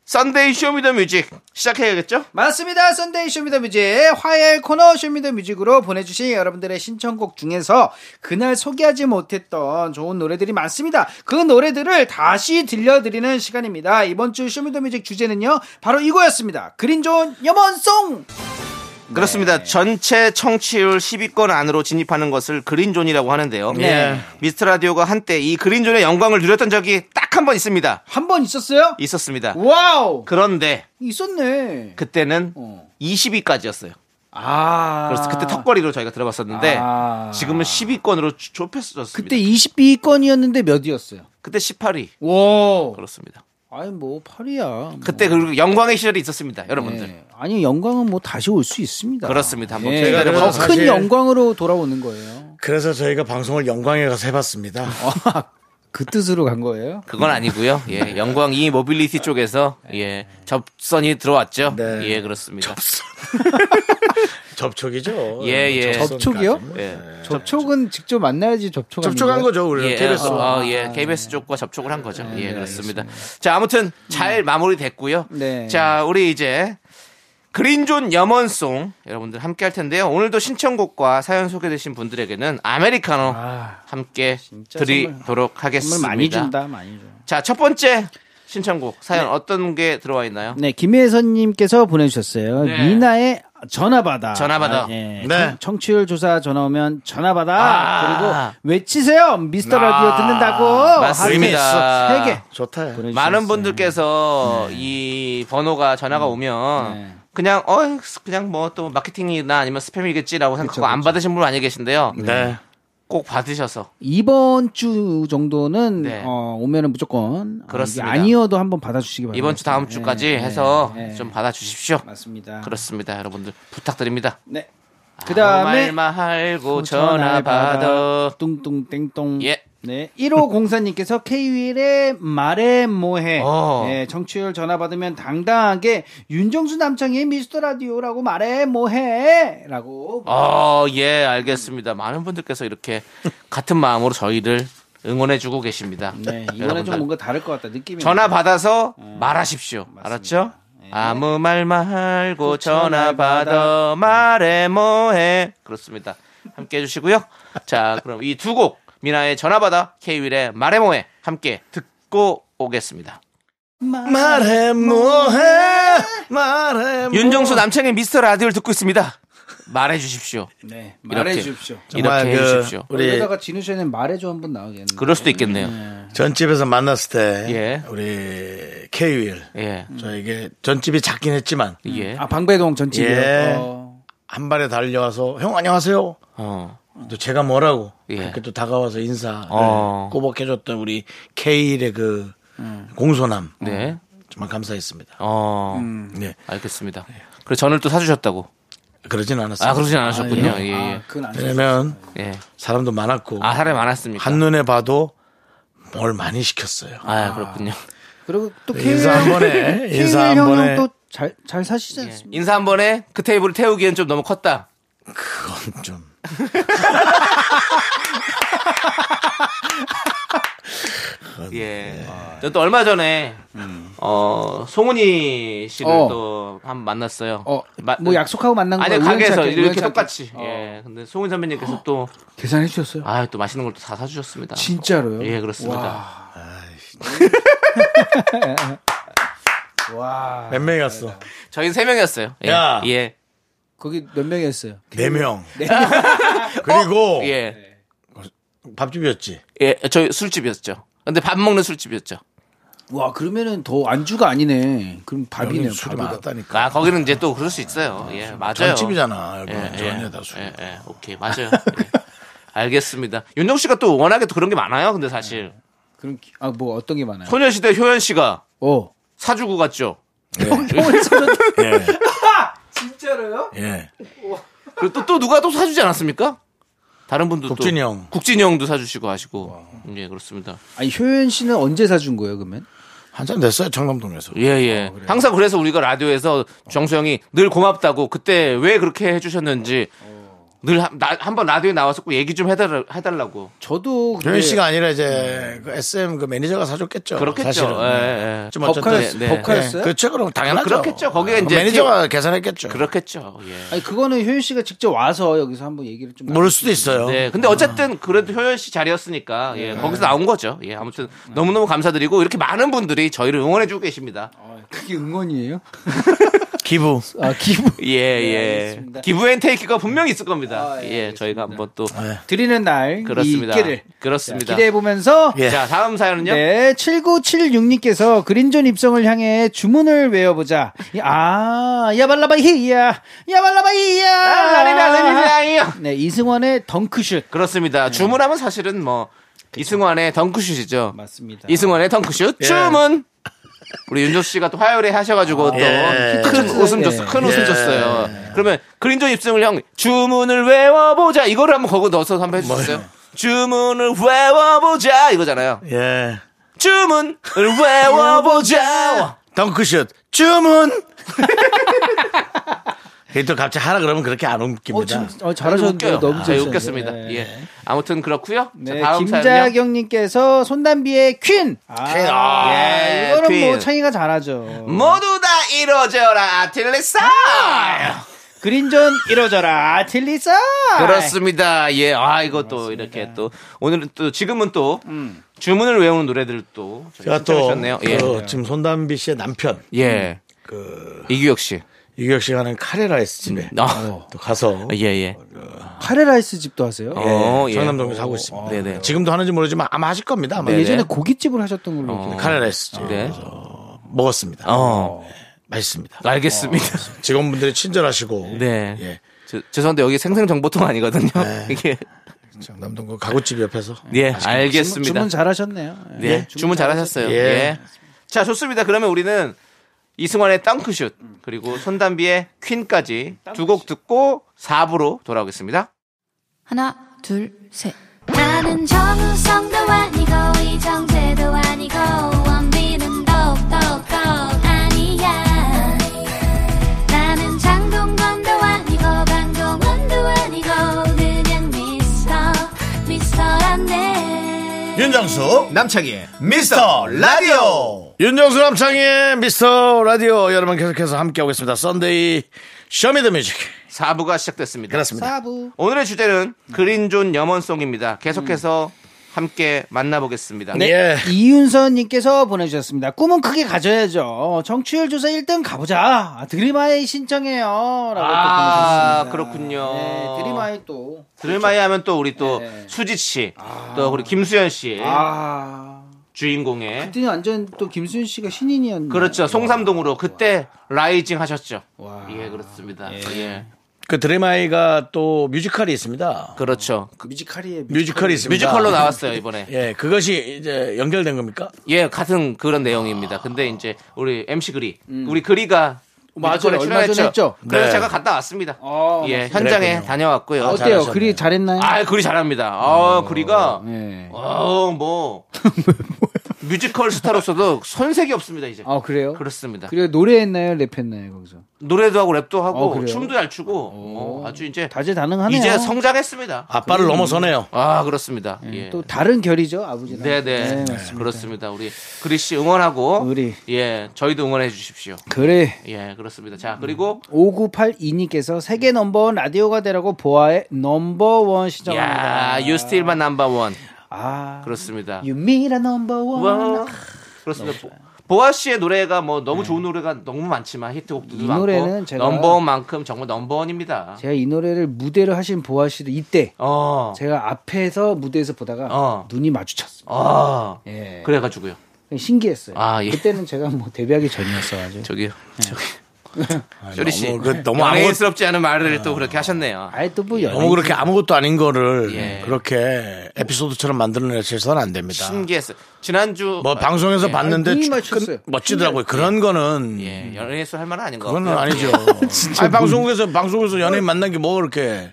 Speaker 4: 썬데이 쇼미더뮤직 시작해야겠죠?
Speaker 10: 네. 맞습니다. 썬데이 쇼미더뮤직 화요일 코너 쇼미더뮤직으로 보내주신 여러분들의 신청곡 중에서 그날 소개하지 못했던 좋은 노래들이 많습니다. 그 노래들을 다시 들려드리는 시간입니다. 이번 주 쇼미더뮤직 주제는요. 바로 이거였습니다. 그린존 염원송!
Speaker 4: 그렇습니다. 전체 청취율 10위권 안으로 진입하는 것을 그린존이라고 하는데요. 예.
Speaker 10: 네.
Speaker 4: 미스터 라디오가 한때 이 그린존의 영광을 누렸던 적이 딱 한 번 있습니다.
Speaker 10: 한 번 있었어요?
Speaker 4: 있었습니다.
Speaker 10: 와우!
Speaker 4: 그런데
Speaker 10: 있었네.
Speaker 4: 그때는
Speaker 10: 어.
Speaker 4: 20위까지였어요.
Speaker 10: 아.
Speaker 4: 그래서 그때 턱걸이로 저희가 들어갔었는데
Speaker 10: 아.
Speaker 4: 지금은 10위권으로 좁혔었습니다.
Speaker 10: 그때 22건이었는데 몇이었어요?
Speaker 4: 그때 18위
Speaker 10: 와.
Speaker 4: 그렇습니다.
Speaker 10: 아니 뭐 8이야.
Speaker 4: 그때 그리고 영광의 시절이 있었습니다, 여러분들.
Speaker 10: 네. 아니 영광은 뭐 다시 올 수 있습니다.
Speaker 4: 그렇습니다. 한번
Speaker 10: 예,
Speaker 4: 기다려봐.
Speaker 10: 더큰
Speaker 6: 사실-
Speaker 10: 영광으로 돌아오는 거예요.
Speaker 6: 그래서 저희가 방송을 영광에 가서
Speaker 4: *laughs*
Speaker 6: 해봤습니다.
Speaker 10: *laughs* 그 뜻으로 간 거예요?
Speaker 4: 그건 아니고요. 예, 영광 이 모빌리티 쪽에서 예 접선이 들어왔죠.
Speaker 6: 네.
Speaker 4: 예, 그렇습니다.
Speaker 6: 접촉이죠.
Speaker 4: 예, 예.
Speaker 10: 접촉이요?
Speaker 6: 접촉까지.
Speaker 4: 예.
Speaker 10: 접촉은 직접 만나야지 접촉.
Speaker 6: 접촉한 거죠, 우리는.
Speaker 4: 예,
Speaker 6: KBS.
Speaker 4: 아, 예, KBS 쪽과 접촉을 한 거죠. 예, 그렇습니다. 자, 아무튼 잘 마무리됐고요.
Speaker 10: 음. 네.
Speaker 4: 자, 우리 이제 그린존 염원송 여러분들 함께 할 텐데요. 오늘도 신청곡과 사연 소개되신 분들에게는 아메리카노 함께
Speaker 10: 진짜
Speaker 4: 드리도록 하겠습니다.
Speaker 10: 정말 많이 준다, 많이 줘.
Speaker 4: 자, 첫 번째 신청곡 사연 어떤 게 들어와 있나요?
Speaker 10: 네, 김혜선님께서 보내주셨어요.
Speaker 4: 네.
Speaker 10: 미나의 전화받아.
Speaker 4: 전화받아.
Speaker 10: 예.
Speaker 6: 네.
Speaker 10: 청, 취율 조사 전화 오면 전화받아.
Speaker 4: 아.
Speaker 10: 그리고 외치세요. 미스터
Speaker 4: 아.
Speaker 10: 라디오 듣는다고.
Speaker 4: 맞습니다. 아.
Speaker 10: 하루 세개
Speaker 6: 좋다.
Speaker 10: 보내주셨어요.
Speaker 4: 많은 분들께서 이 번호가 전화가 오면
Speaker 10: 네.
Speaker 4: 그냥 어 그냥 뭐 또 마케팅이나 아니면 스팸이겠지라고 생각하고 안 받으신 분 많이 계신데요.
Speaker 6: 네.
Speaker 4: 꼭 받으셔서
Speaker 10: 이번 주 정도는
Speaker 4: 네.
Speaker 10: 어, 오면은 무조건 아, 이게
Speaker 4: 그렇습니다.
Speaker 10: 아니어도 한번 받아주시기 바랍니다.
Speaker 4: 이번 주 다음
Speaker 10: 예,
Speaker 4: 주까지
Speaker 10: 예,
Speaker 4: 해서
Speaker 10: 예.
Speaker 4: 좀 받아주십시오.
Speaker 10: 맞습니다.
Speaker 4: 그렇습니다, 여러분들 부탁드립니다.
Speaker 10: 네. 그다음에
Speaker 4: 아무 말 말고 전화 받아.
Speaker 10: 뚱뚱 땡똥.
Speaker 4: 예.
Speaker 10: 네. 1호 공사님께서 K-윌의 말해 뭐해.
Speaker 4: 어.
Speaker 10: 네, 청취율 전화 받으면 당당하게 윤정수 남창의 미스터 라디오라고 말해 뭐해. 라고.
Speaker 4: 어, 예, 알겠습니다. 많은 분들께서 이렇게 같은 마음으로 저희를 응원해주고 계십니다. *laughs*
Speaker 10: 네. 이번엔
Speaker 4: 여러분들
Speaker 10: 좀 뭔가 다를 것 같다.
Speaker 4: 음.
Speaker 10: 느낌이.
Speaker 4: 전화 받아서 말하십시오. 알았죠? 아무 말 말고 예. 전화 받아 말해 뭐해. 그렇습니다. 함께 해주시고요. 자, 그럼 이 두 곡 미나의 전화 받아 케이윌의 말해 뭐해 함께 듣고 오겠습니다. 어.
Speaker 9: 말해 뭐해 말해 뭐
Speaker 4: 윤정수 남창의 미스터 라디오를 듣고 있습니다. 말해 주십시오.
Speaker 10: 네.
Speaker 4: 이렇게.
Speaker 10: 말해 주십시오.
Speaker 4: 이렇게
Speaker 6: 그
Speaker 4: 해주십시오.
Speaker 6: 우리
Speaker 10: 여기다가 진우션은 말해줘 한번 나오겠는데.
Speaker 4: 그럴 수도 있겠네요.
Speaker 6: 전집에서 만났을 때
Speaker 4: 예.
Speaker 6: 우리 케이윌
Speaker 4: 예.
Speaker 6: 저에게 전집이 작긴 했지만
Speaker 4: 예.
Speaker 10: 아, 방배동 전집이요.
Speaker 6: 예.
Speaker 10: 어.
Speaker 6: 한 발에 달려와서 형 안녕하세요.
Speaker 4: 어.
Speaker 6: 또 제가 뭐라고
Speaker 4: 예.
Speaker 6: 이렇게 또 다가와서 인사 네,
Speaker 4: 어.
Speaker 6: 꼬박해줬던 우리 케이윌의 그 공손함
Speaker 4: 음.
Speaker 6: 어,
Speaker 4: 네.
Speaker 6: 정말 감사했습니다.
Speaker 4: 어.
Speaker 6: 네
Speaker 4: 알겠습니다. 그래서 전을 또 사주셨다고.
Speaker 6: 그러진 않았어요.
Speaker 4: 아, 그러진 않으셨군요. 예, 예.
Speaker 10: 아, 그건 안 돼.
Speaker 6: 왜냐면
Speaker 4: 예.
Speaker 6: 사람도 많았고
Speaker 4: 아, 사람이 많았습니까?
Speaker 6: 한 눈에 봐도 뭘 많이 시켰어요.
Speaker 4: 아, 그렇군요.
Speaker 10: 그리고 또
Speaker 4: 네,
Speaker 6: 인사 한 번에 인사 한 번에
Speaker 10: 또잘 잘 사시지 않습니까?
Speaker 4: 인사 한 번에 그 테이블을 태우기엔 좀 너무 컸다.
Speaker 6: 그건 좀
Speaker 4: *laughs* 예.
Speaker 6: 네.
Speaker 4: 저는 또 얼마 전에
Speaker 6: 음.
Speaker 4: 어 송은이 씨를
Speaker 10: 어.
Speaker 4: 또 한 번 만났어요.
Speaker 10: 어,
Speaker 4: 예. 마- 네.
Speaker 10: 뭐 약속하고 만난 거야?
Speaker 4: 아니
Speaker 10: 우연치
Speaker 4: 가게에서
Speaker 10: 않게,
Speaker 4: 이렇게
Speaker 10: 우연치 않게.
Speaker 4: 똑같이.
Speaker 10: 어.
Speaker 4: 예. 근데 송은 선배님께서 또
Speaker 10: 계산해 주셨어요?
Speaker 4: 아, 또 맛있는 걸 또 다 사주셨습니다.
Speaker 10: 진짜로요?
Speaker 4: 예, 그렇습니다.
Speaker 10: 와,
Speaker 4: 아,
Speaker 6: 몇 명이 갔어?
Speaker 4: 저희 세 명이었어요. 예.
Speaker 6: 야.
Speaker 4: 예.
Speaker 10: 거기 몇 명이었어요?
Speaker 6: 네 명. *laughs* 그리고
Speaker 4: 예.
Speaker 6: 밥집이었지.
Speaker 4: 예. 저희 술집이었죠. 근데 밥 먹는 술집이었죠.
Speaker 10: 와, 그러면은 더 안주가 아니네. 그럼 밥이네요.
Speaker 6: 여긴 술이
Speaker 10: 밥이다.
Speaker 6: 많았다니까.
Speaker 4: 아, 거기는 이제 또 그럴 수 있어요. 예. 맞아요.
Speaker 6: 전집이잖아. 여기
Speaker 4: 예,
Speaker 6: 전에다 술.
Speaker 4: 예, 예. 오케이. 맞아요. 예. 알겠습니다. 윤정 씨가 또 워낙에 또 그런 게 많아요. 근데 사실
Speaker 10: 그럼 기- 아, 뭐 어떤 게 많아요?
Speaker 4: 소녀시대 효연 씨가
Speaker 10: 어.
Speaker 4: 사주고 갔죠. *laughs*
Speaker 6: 예. 진짜로요? 예.
Speaker 4: 그리고 또, 또 누가 또 사주지 않았습니까? 다른 분도
Speaker 6: 국진이
Speaker 4: 또,
Speaker 6: 형.
Speaker 4: 국진이 형도 사주시고 하시고.
Speaker 6: 어.
Speaker 4: 예, 그렇습니다.
Speaker 10: 아니, 효연 씨는 언제 사준 거예요, 그러면?
Speaker 6: 한참 됐어요. 청담동에서.
Speaker 4: 예, 예. 항상 그래서 우리가 라디오에서 정수 형이 늘 고맙다고 그때 왜 그렇게 해주셨는지 늘 한, 나- 한번 라디오에 나와서 꼭 얘기 좀 해달라, 해달라고.
Speaker 10: 저도 그때
Speaker 6: 조현 씨가 아니라 이제 그 SM 그 매니저가 사줬겠죠.
Speaker 4: 예. 그렇겠죠.
Speaker 6: 사실은.
Speaker 4: 예, 예.
Speaker 6: 좀 어쨌든
Speaker 10: 법카였- 법카였어요?
Speaker 6: 그렇죠. 그럼 당연하죠.
Speaker 4: 그렇겠죠. 거기에 이제
Speaker 6: 매니저가 계산했겠죠.
Speaker 4: 그렇겠죠. 예.
Speaker 10: 아니, 그거는 효연 씨가 직접 와서 여기서 한번 얘기를 좀
Speaker 6: 모를 수도 있어요.
Speaker 4: 네, 근데 어쨌든 그래도 효연 씨 자리였으니까 예, 거기서 나온 거죠. 예, 아무튼 너무 너무 감사드리고 이렇게 많은 분들이 저희를 응원해주고 계십니다.
Speaker 10: 아, 그게 응원이에요?
Speaker 6: 기부.
Speaker 10: 아, 기부
Speaker 4: 예, 예.
Speaker 10: 알겠습니다.
Speaker 4: 기브앤테이크가 분명히 있을 겁니다.
Speaker 10: 아, 예,
Speaker 4: 예, 저희가 한번 또
Speaker 10: 드리는 날
Speaker 4: 그렇습니다.
Speaker 10: 이 기를
Speaker 4: 그렇습니다.
Speaker 10: 기대해 보면서
Speaker 6: 예.
Speaker 4: 자, 다음 사연은요.
Speaker 10: 네, 7976님께서 그린존 입성을 향해 주문을 외워보자. 이- 아, 야발라바이야,
Speaker 4: 아, 네. 라리라,
Speaker 10: 야발라바이야.
Speaker 4: 라리라, 이요.
Speaker 10: 네, 이승원의 덩크슛.
Speaker 4: 그렇습니다. 주문하면 사실은 뭐 이승환의 덩크슛이죠.
Speaker 10: 맞습니다.
Speaker 4: 이승환의 덩크슛 주문. 우리 윤조 씨가 또 화요일에 하셔가지고 또 큰
Speaker 6: 예.
Speaker 4: 웃음 줬어, 큰 예. 웃음 줬어요. 그러면 그린존 입승을 형 주문을 외워보자 이거를 한번 거기 넣어서 한번 해주세요. 주문을 외워보자 이거잖아요.
Speaker 6: 예.
Speaker 4: 주문을 외워보자.
Speaker 6: 덩크슛. 주문! *laughs* 그게 또 갑자기 하라 그러면 그렇게 안
Speaker 10: 어,
Speaker 6: 움깁니다.
Speaker 10: 지금 어, 잘하셨는데
Speaker 4: 웃겨요.
Speaker 10: 너무
Speaker 4: 아,
Speaker 10: 잘하셨어요.
Speaker 4: 웃겼습니다.
Speaker 10: 네.
Speaker 4: 예. 아무튼 그렇고요. 자,
Speaker 10: 네,
Speaker 4: 다음 사연은요.
Speaker 10: 김자경님께서 손담비의 퀸. 아,
Speaker 6: 퀸. 아,
Speaker 4: 예,
Speaker 10: 이거는 뭐
Speaker 4: 퀸. 음,
Speaker 10: 창의가 잘하죠.
Speaker 4: 모두 다 이뤄져라 딜리사. 아,
Speaker 10: 그린존 이뤄져라, 틸리사.
Speaker 4: 그렇습니다. 예, 아 이거 또 이렇게 또 오늘은 또 지금은 또 주문을 외우는 노래들 또
Speaker 6: 제가 또,
Speaker 4: 신청하셨네요.
Speaker 6: 그 지금 손담비 씨의 남편,
Speaker 4: 예, 예, 이규혁 씨,
Speaker 6: 이규혁 씨가 하는 카레라이스 집에
Speaker 4: 어.
Speaker 6: 또 가서
Speaker 4: 예, 예,
Speaker 10: 카레라이스 집도 하세요?
Speaker 4: 어,
Speaker 6: 예,
Speaker 4: 예.
Speaker 6: 청남동에서 하고 있습니다. 어,
Speaker 4: 네, 네.
Speaker 6: 지금도 하는지 모르지만 아마 하실 겁니다. 아마
Speaker 4: 네.
Speaker 10: 예전에 고깃집을 하셨던 걸로
Speaker 4: 어.
Speaker 10: 기억해요.
Speaker 6: 카레라이스 집에서
Speaker 4: 네.
Speaker 6: 먹었습니다.
Speaker 4: 어,
Speaker 6: 맛있습니다.
Speaker 4: 알겠습니다.
Speaker 6: 직원분들이 친절하시고
Speaker 4: 네.
Speaker 6: 어, 예. 네.
Speaker 4: 저- 죄송한데 여기 생생정보통 아니거든요. 이게
Speaker 6: 참, 남동구 가구집 옆에서.
Speaker 4: 예, 알겠습니다.
Speaker 10: 주문 잘하셨네요. 예.
Speaker 4: 예, 주문 잘하셨어요.
Speaker 6: 예.
Speaker 4: 예. 자, 좋습니다. 그러면 우리는 이승환의 덩크슛 그리고 손담비의 퀸까지 두 곡 듣고 4부로 돌아오겠습니다.
Speaker 11: 하나, 둘, 셋.
Speaker 8: 나는 정우성도 아니고 이정재도 아니고 원빈은 더욱더 아니야 나는 장동건도 아니고 강동원도 아니고 그냥 미스터 미스터란데
Speaker 6: 윤정수.
Speaker 3: 남창희의 미스터 라디오
Speaker 6: 윤정수 남창의 미스터 라디오 여러분 계속해서 함께하고 있습니다. 썬데이 쇼미더뮤직.
Speaker 4: 4부가 시작됐습니다.
Speaker 6: 그렇습니다.
Speaker 4: 오늘의 주제는 그린존 염원송입니다. 계속해서 함께 만나보겠습니다.
Speaker 10: 네.
Speaker 6: 예.
Speaker 10: 이윤선님께서 보내주셨습니다. 꿈은 크게 가져야죠. 어, 정치율 조사 1등 가보자. 드림아이 신청해요. 라고
Speaker 4: 아, 어.
Speaker 10: 또 보내주셨습니다.
Speaker 4: 그렇군요.
Speaker 10: 네, 드림아이 또.
Speaker 4: 드라마에 하면 또 우리 또
Speaker 10: 네.
Speaker 4: 수지 씨, 또 우리 김수현 씨
Speaker 10: 아.
Speaker 4: 주인공의
Speaker 10: 그때는 완전 또 김수현 씨가 신인이었네.
Speaker 4: 그렇죠. 송삼동으로 그때 라이징 하셨죠.
Speaker 10: 와.
Speaker 4: 예, 그렇습니다. 예.
Speaker 6: 그 드라마이가 또 뮤지컬이 있습니다.
Speaker 4: 그렇죠.
Speaker 10: 뮤지컬이에요.
Speaker 6: 뮤지컬이 있습니다.
Speaker 4: 뮤지컬로 나왔어요, 이번에.
Speaker 6: 예, 그것이 이제 연결된 겁니까?
Speaker 4: 예, 같은 그런 내용입니다. 근데 이제 우리 MC 그리, 우리 그리가
Speaker 10: 아. 음. 맞아요.
Speaker 4: 뮤지컬에
Speaker 10: 얼마 전에 했죠.
Speaker 4: 그래서
Speaker 6: 네.
Speaker 4: 제가 갔다 왔습니다.
Speaker 10: 아,
Speaker 4: 예, 현장에 다녀왔고요.
Speaker 10: 어때요? 어, 네.
Speaker 6: 잘하셨네요.
Speaker 10: 그리 잘했나요?
Speaker 4: 아, 그리 잘합니다. 아, 그리가
Speaker 10: 예.
Speaker 4: 어,
Speaker 10: *laughs*
Speaker 4: 뭐 뮤지컬 스타로서도 손색이 없습니다, 이제.
Speaker 10: 아, 그래요?
Speaker 4: 그렇습니다.
Speaker 10: 그리고 노래했나요? 랩했나요? 거기서.
Speaker 4: 노래도 하고 랩도 하고
Speaker 10: 어, 그래요?
Speaker 4: 춤도 잘 추고 어, 아주 이제
Speaker 10: 다재다능하네요.
Speaker 4: 이제 성장했습니다.
Speaker 6: 아빠를 넘어서네요.
Speaker 4: 아, 그렇습니다. 예.
Speaker 10: 또 다른 결이죠, 아버지랑.
Speaker 4: 네, 네. 그렇습니다. 우리 그리 씨 응원하고
Speaker 10: 우리.
Speaker 4: 예, 저희도 응원해 주십시오.
Speaker 10: 그래.
Speaker 4: 예, 그렇습니다. 자, 그리고
Speaker 10: 5982님께서 세계 넘버원 라디오가 되라고 보아의 넘버원
Speaker 4: 야,
Speaker 10: 시청합니다.
Speaker 4: 유스틸만 넘버 원.
Speaker 10: 아,
Speaker 4: 그렇습니다.
Speaker 10: 유미라 넘버원.
Speaker 4: 와. 그렇습니다. 보, 아 씨의 노래가 뭐 너무 좋은 노래가 너무 많지만 히트곡들도
Speaker 10: 네. 이
Speaker 4: 많고
Speaker 10: 노래는 제가-
Speaker 4: 넘버원만큼 정말 넘버원입니다.
Speaker 10: 제가 이 노래를 무대를 하신 보아 씨도 이때
Speaker 4: 어.
Speaker 10: 제가 앞에서 무대에서 보다가
Speaker 4: 어.
Speaker 10: 눈이 마주쳤어요.
Speaker 4: 아.
Speaker 10: 예.
Speaker 4: 그래 가지고요.
Speaker 10: 신기했어요.
Speaker 4: 아, 예.
Speaker 10: 그때는 제가 뭐 데뷔하기 전이었어가지고.
Speaker 4: 저기요.
Speaker 10: 예.
Speaker 4: 저기.
Speaker 10: *laughs*
Speaker 4: 쇼리 씨.
Speaker 6: 너무 그- 너무 아.
Speaker 4: 연예인스럽지 않은 말을 또 그렇게 하셨네요.
Speaker 10: 아예 또뭐 연예인.
Speaker 6: 너무 그렇게 아무것도 아닌 거를
Speaker 4: 예.
Speaker 6: 그렇게 에피소드처럼 만들어내셔서는 안 됩니다.
Speaker 4: 신기했어요. 지난주
Speaker 6: 뭐 방송에서 봤는데
Speaker 10: 눈이
Speaker 6: 쭉-
Speaker 10: 맞췄어요.
Speaker 6: 멋지더라고요. 그런 거는
Speaker 4: 예, 연예인수 할 만한 아닌 것
Speaker 6: 그건
Speaker 4: 같고요.
Speaker 6: 아니죠. 아니, 방송국에서 방송에서 연예인 만난 게 뭐 그렇게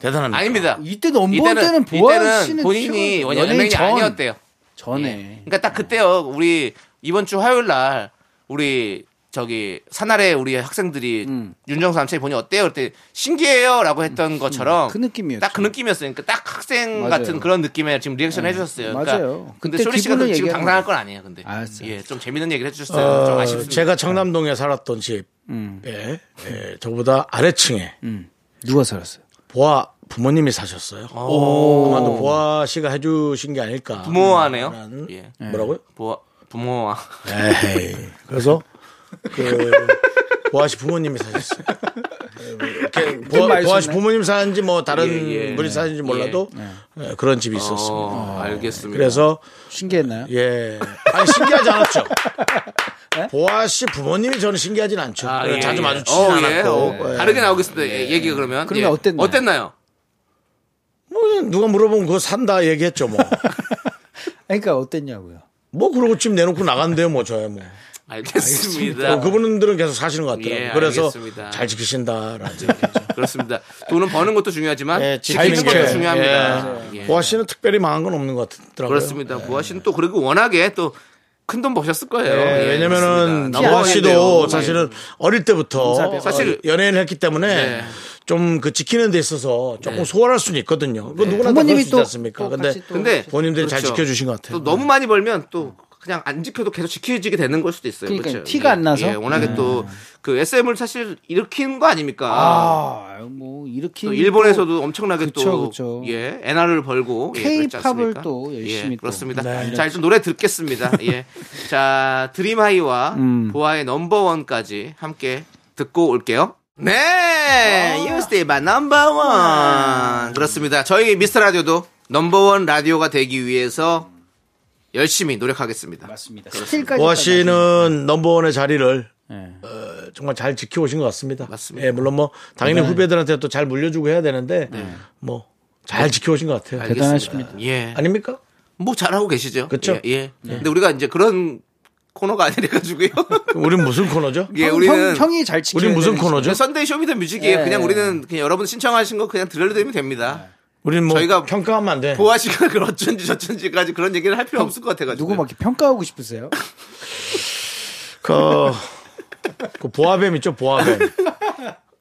Speaker 6: 대단합니다.
Speaker 4: 아닙니다.
Speaker 10: 이때 넘버원
Speaker 4: 그러니까 이때는
Speaker 10: 때는 보아
Speaker 4: 이때는
Speaker 10: 씨는
Speaker 4: 본인이
Speaker 10: 지금
Speaker 4: 연예인이
Speaker 10: 전, 네.
Speaker 4: 아니었대요.
Speaker 10: 전에.
Speaker 4: 그러니까 딱 그때요. 우리 이번 주 화요일 날 우리 저기 산하래 우리 학생들이
Speaker 10: 음.
Speaker 4: 윤정수 남친이 보니 어때요? 그때 신기해요라고 했던 것처럼
Speaker 10: 그 느낌이었죠.
Speaker 4: 딱 그 느낌이었어요. 그러니까 딱 학생
Speaker 10: 맞아요. 네.
Speaker 4: 같은 그런 느낌의 지금 리액션 해주셨어요. 그러니까
Speaker 10: 맞아요.
Speaker 4: 근데
Speaker 10: 그때
Speaker 4: 쇼리 씨가
Speaker 10: 기분을
Speaker 4: 지금
Speaker 10: 얘기하는
Speaker 4: 당당할 건 아니에요. 근데
Speaker 10: 알았어요.
Speaker 4: 예, 좀 재밌는 얘기를 해주셨어요. 좀
Speaker 6: 어,
Speaker 4: 아쉽습니다.
Speaker 6: 제가 청남동에 살았던 집에 예, 저보다 아래층에
Speaker 10: 누가 살았어요?
Speaker 6: 보아 부모님이 사셨어요. 아마도 보아 씨가 해주신 게 아닐까.
Speaker 4: 부모하네요. 예.
Speaker 6: 뭐라고요?
Speaker 4: 부모 부모와
Speaker 6: 에이. 그래서 그 보아 씨 부모님이 사셨어요. 이렇게 보아, 보아 씨 부모님 사는지 뭐 다른
Speaker 4: 예, 예.
Speaker 6: 분이 사는지 몰라도 예, 그런 집이 있었습니다.
Speaker 4: 어, 알겠습니다.
Speaker 6: 그래서
Speaker 10: 신기했나요?
Speaker 6: 예. 아니 신기하지 않았죠. 보아 씨 부모님이 저는 신기하진 않죠.
Speaker 4: 예? 아, 예,
Speaker 6: 자주
Speaker 4: 예.
Speaker 6: 마주치진
Speaker 4: 어, 예.
Speaker 6: 않았고.
Speaker 4: 어,
Speaker 6: 예.
Speaker 4: 다르게 나오겠습니다. 예, 얘기가 그러면.
Speaker 10: 그러면 어땠나요?
Speaker 4: 어땠나요?
Speaker 6: 뭐 그냥 누가 물어보면 그거 산다 얘기했죠 뭐.
Speaker 10: 그러니까 어땠냐고요?
Speaker 6: 뭐 그러고 집 내놓고 나간대요 뭐 저야 뭐.
Speaker 4: 알겠습니다.
Speaker 6: 어, 그분들은 계속 사시는 것 같더라고요.
Speaker 4: 예,
Speaker 6: 그래서
Speaker 4: 알겠습니다. 예.
Speaker 6: 잘 지키신다라는.
Speaker 4: 그렇습니다. 돈은 버는 것도 중요하지만
Speaker 6: 예,
Speaker 4: 지키는 *laughs*
Speaker 6: 지키는
Speaker 4: 것도
Speaker 6: 게. 뭐
Speaker 4: 중요합니다. 예.
Speaker 6: 보아 씨는 특별히 망한 건 없는 것 같더라고요.
Speaker 4: 그렇습니다. 보아 씨는 또 그리고 워낙에 또 큰 돈 버셨을 거예요.
Speaker 6: 예,
Speaker 4: 예, 그렇습니다. 뭐, 예.
Speaker 6: 왜냐면은 보아
Speaker 4: 넘버원인데요. 네.
Speaker 6: 씨도 사실은 어릴 때부터
Speaker 4: 사실-
Speaker 6: 사실 연예인을 했기 때문에
Speaker 4: 네.
Speaker 6: 좀 그 지키는 데 있어서 조금 소홀할 수는 있거든요.
Speaker 4: 네.
Speaker 6: 그건 누구나 다 그럴
Speaker 10: 부모님이
Speaker 6: 수 있지
Speaker 10: 또,
Speaker 6: 않습니까?
Speaker 10: 또
Speaker 6: 근데
Speaker 10: 같이 또
Speaker 4: 근데
Speaker 6: 본인들이 잘
Speaker 4: 그렇죠.
Speaker 6: 지켜주신 것 같아요.
Speaker 4: 또 너무 많이 벌면 또 그냥 안 지켜도 계속 지켜지게 되는 걸 수도 있어요.
Speaker 10: 그러니까요.
Speaker 4: 그렇죠?
Speaker 10: 티가
Speaker 4: 예,
Speaker 10: 안 나서? 네.
Speaker 4: 예, 워낙에 또 그 SM을 사실 일으킨 거 아닙니까?
Speaker 10: 아, 뭐 이렇게
Speaker 4: 또 일본에서도 엄청나게
Speaker 10: 그쵸,
Speaker 4: 또
Speaker 10: 그쵸.
Speaker 4: 예, 엔화를 벌고 예, 그랬지
Speaker 10: K-팝을
Speaker 4: 않습니까?
Speaker 10: 또 열심히
Speaker 4: 예,
Speaker 10: 또.
Speaker 4: 그렇습니다. 자, 일단 노래 듣겠습니다. 예. 자, 드림하이와
Speaker 10: 음.
Speaker 4: 보아의 넘버원까지 함께 듣고 올게요. 네, 유스테이바 넘버원. 그렇습니다. 저희 미스터 라디오도 넘버원 라디오가 되기 위해서 열심히 노력하겠습니다.
Speaker 10: 맞습니다. 스틸까지
Speaker 6: 보아 씨는 넘버원의 자리를 어, 정말 잘 지켜오신 것 같습니다.
Speaker 4: 네. 맞습니다. 네.
Speaker 6: 예, 물론 뭐 당연히 후배들한테 또 잘 물려주고 해야 되는데 뭐 잘 지켜오신 것 같아요.
Speaker 10: 대단하십니다.
Speaker 4: 예.
Speaker 6: 아닙니까?
Speaker 4: 뭐 잘하고 계시죠.
Speaker 6: 그쵸?
Speaker 4: 예. 예. 근데 우리가 이제 그런 코너가 아니래 가지고요.
Speaker 6: 우린 무슨 코너죠?
Speaker 4: 예,
Speaker 10: 형,
Speaker 4: 우리는
Speaker 10: 형, 이 잘지켜
Speaker 6: 우린 무슨 코너죠?
Speaker 4: 선데이 쇼미더 뮤직이에요.
Speaker 10: 예.
Speaker 4: 그냥 우리는 그냥 여러분 신청하신 거 그냥 들려드리면 됩니다.
Speaker 10: 네.
Speaker 6: 우린 뭐
Speaker 4: 저희가
Speaker 6: 평가하면 안 돼.
Speaker 4: 보아 씨가 그 어쩐지 저쩐지까지 그런 얘기를 할 필요 없을 것 같아 가지고.
Speaker 10: 누구 막 이렇게 평가하고 싶으세요?
Speaker 6: 그, 그 보아뱀 있죠, 보아뱀.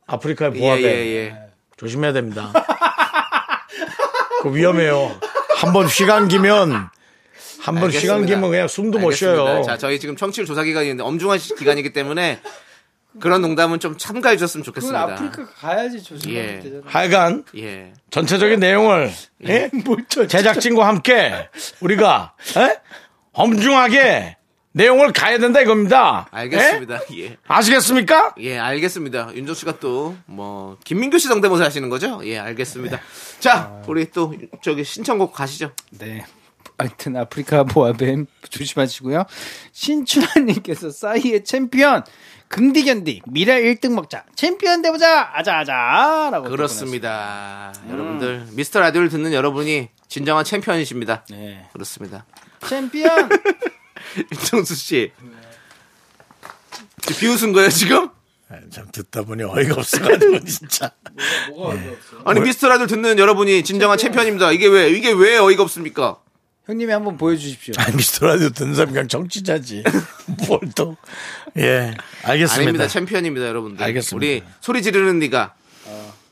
Speaker 6: 아프리카의
Speaker 4: 예,
Speaker 6: 보아뱀.
Speaker 4: 예,
Speaker 10: 네.
Speaker 4: 예.
Speaker 6: 조심해야 됩니다. 그 위험해요. 한 번 시간 기면 한 번 시간 기면 그냥 숨도 못
Speaker 4: 알겠습니다.
Speaker 6: 쉬어요.
Speaker 4: 자, 저희 지금 청취율 조사 기간인데 엄중한 시- 기간이기 때문에 그런 농담은 좀 참가해 주셨으면
Speaker 10: 그건
Speaker 4: 좋겠습니다.
Speaker 10: 아프리카 가야지 조심해야
Speaker 4: 예.
Speaker 10: 되잖아.
Speaker 6: 하여간
Speaker 4: 예.
Speaker 6: 전체적인 내용을 예?
Speaker 4: 음,
Speaker 6: 제작진과 함께 우리가 예? 엄중하게 내용을 가야 된다 이겁니다. 예?
Speaker 4: 알겠습니다.
Speaker 10: 네?
Speaker 4: 예.
Speaker 6: 아시겠습니까?
Speaker 4: 예, 알겠습니다. 윤종 씨가 또 뭐 김민규 씨 성대모사 하시는 거죠? 예, 알겠습니다. 자, 우리 또 저기 신청곡 가시죠.
Speaker 10: 네. 하여튼 아프리카 보아뱀 *laughs* 조심하시고요. 신춘하님께서 싸이의 챔피언 긍디견디 미래 1등 먹자 챔피언 되보자 아자아자라고
Speaker 4: 그렇습니다. 여러분들 미스터 라디오를 듣는 여러분이 진정한 챔피언이십니다.
Speaker 10: 네.
Speaker 4: 그렇습니다. *laughs*
Speaker 10: 보내놨어요. 챔피언
Speaker 4: 윤정수 씨.
Speaker 6: 네.
Speaker 4: 지금 비웃은 거예요, 지금?
Speaker 6: 아, 참 듣다 보니 어이가 *laughs* 없어가지고 진짜.
Speaker 4: 아니, 미스터 라디오 듣는 여러분이 진정한 챔피언입니다. 이게 왜, 이게 왜 어이가 없습니까?
Speaker 10: 형님이 한번 보여주십시오.
Speaker 6: 아니 미스터라디오 듣는 사람 그냥 *laughs* 정치자지. 뭘 또. 예. 알겠습니다.
Speaker 4: 아닙니다. 챔피언입니다, 여러분들.
Speaker 6: 알겠습니다. 네. 어.
Speaker 4: 우리 소리 지르는 네가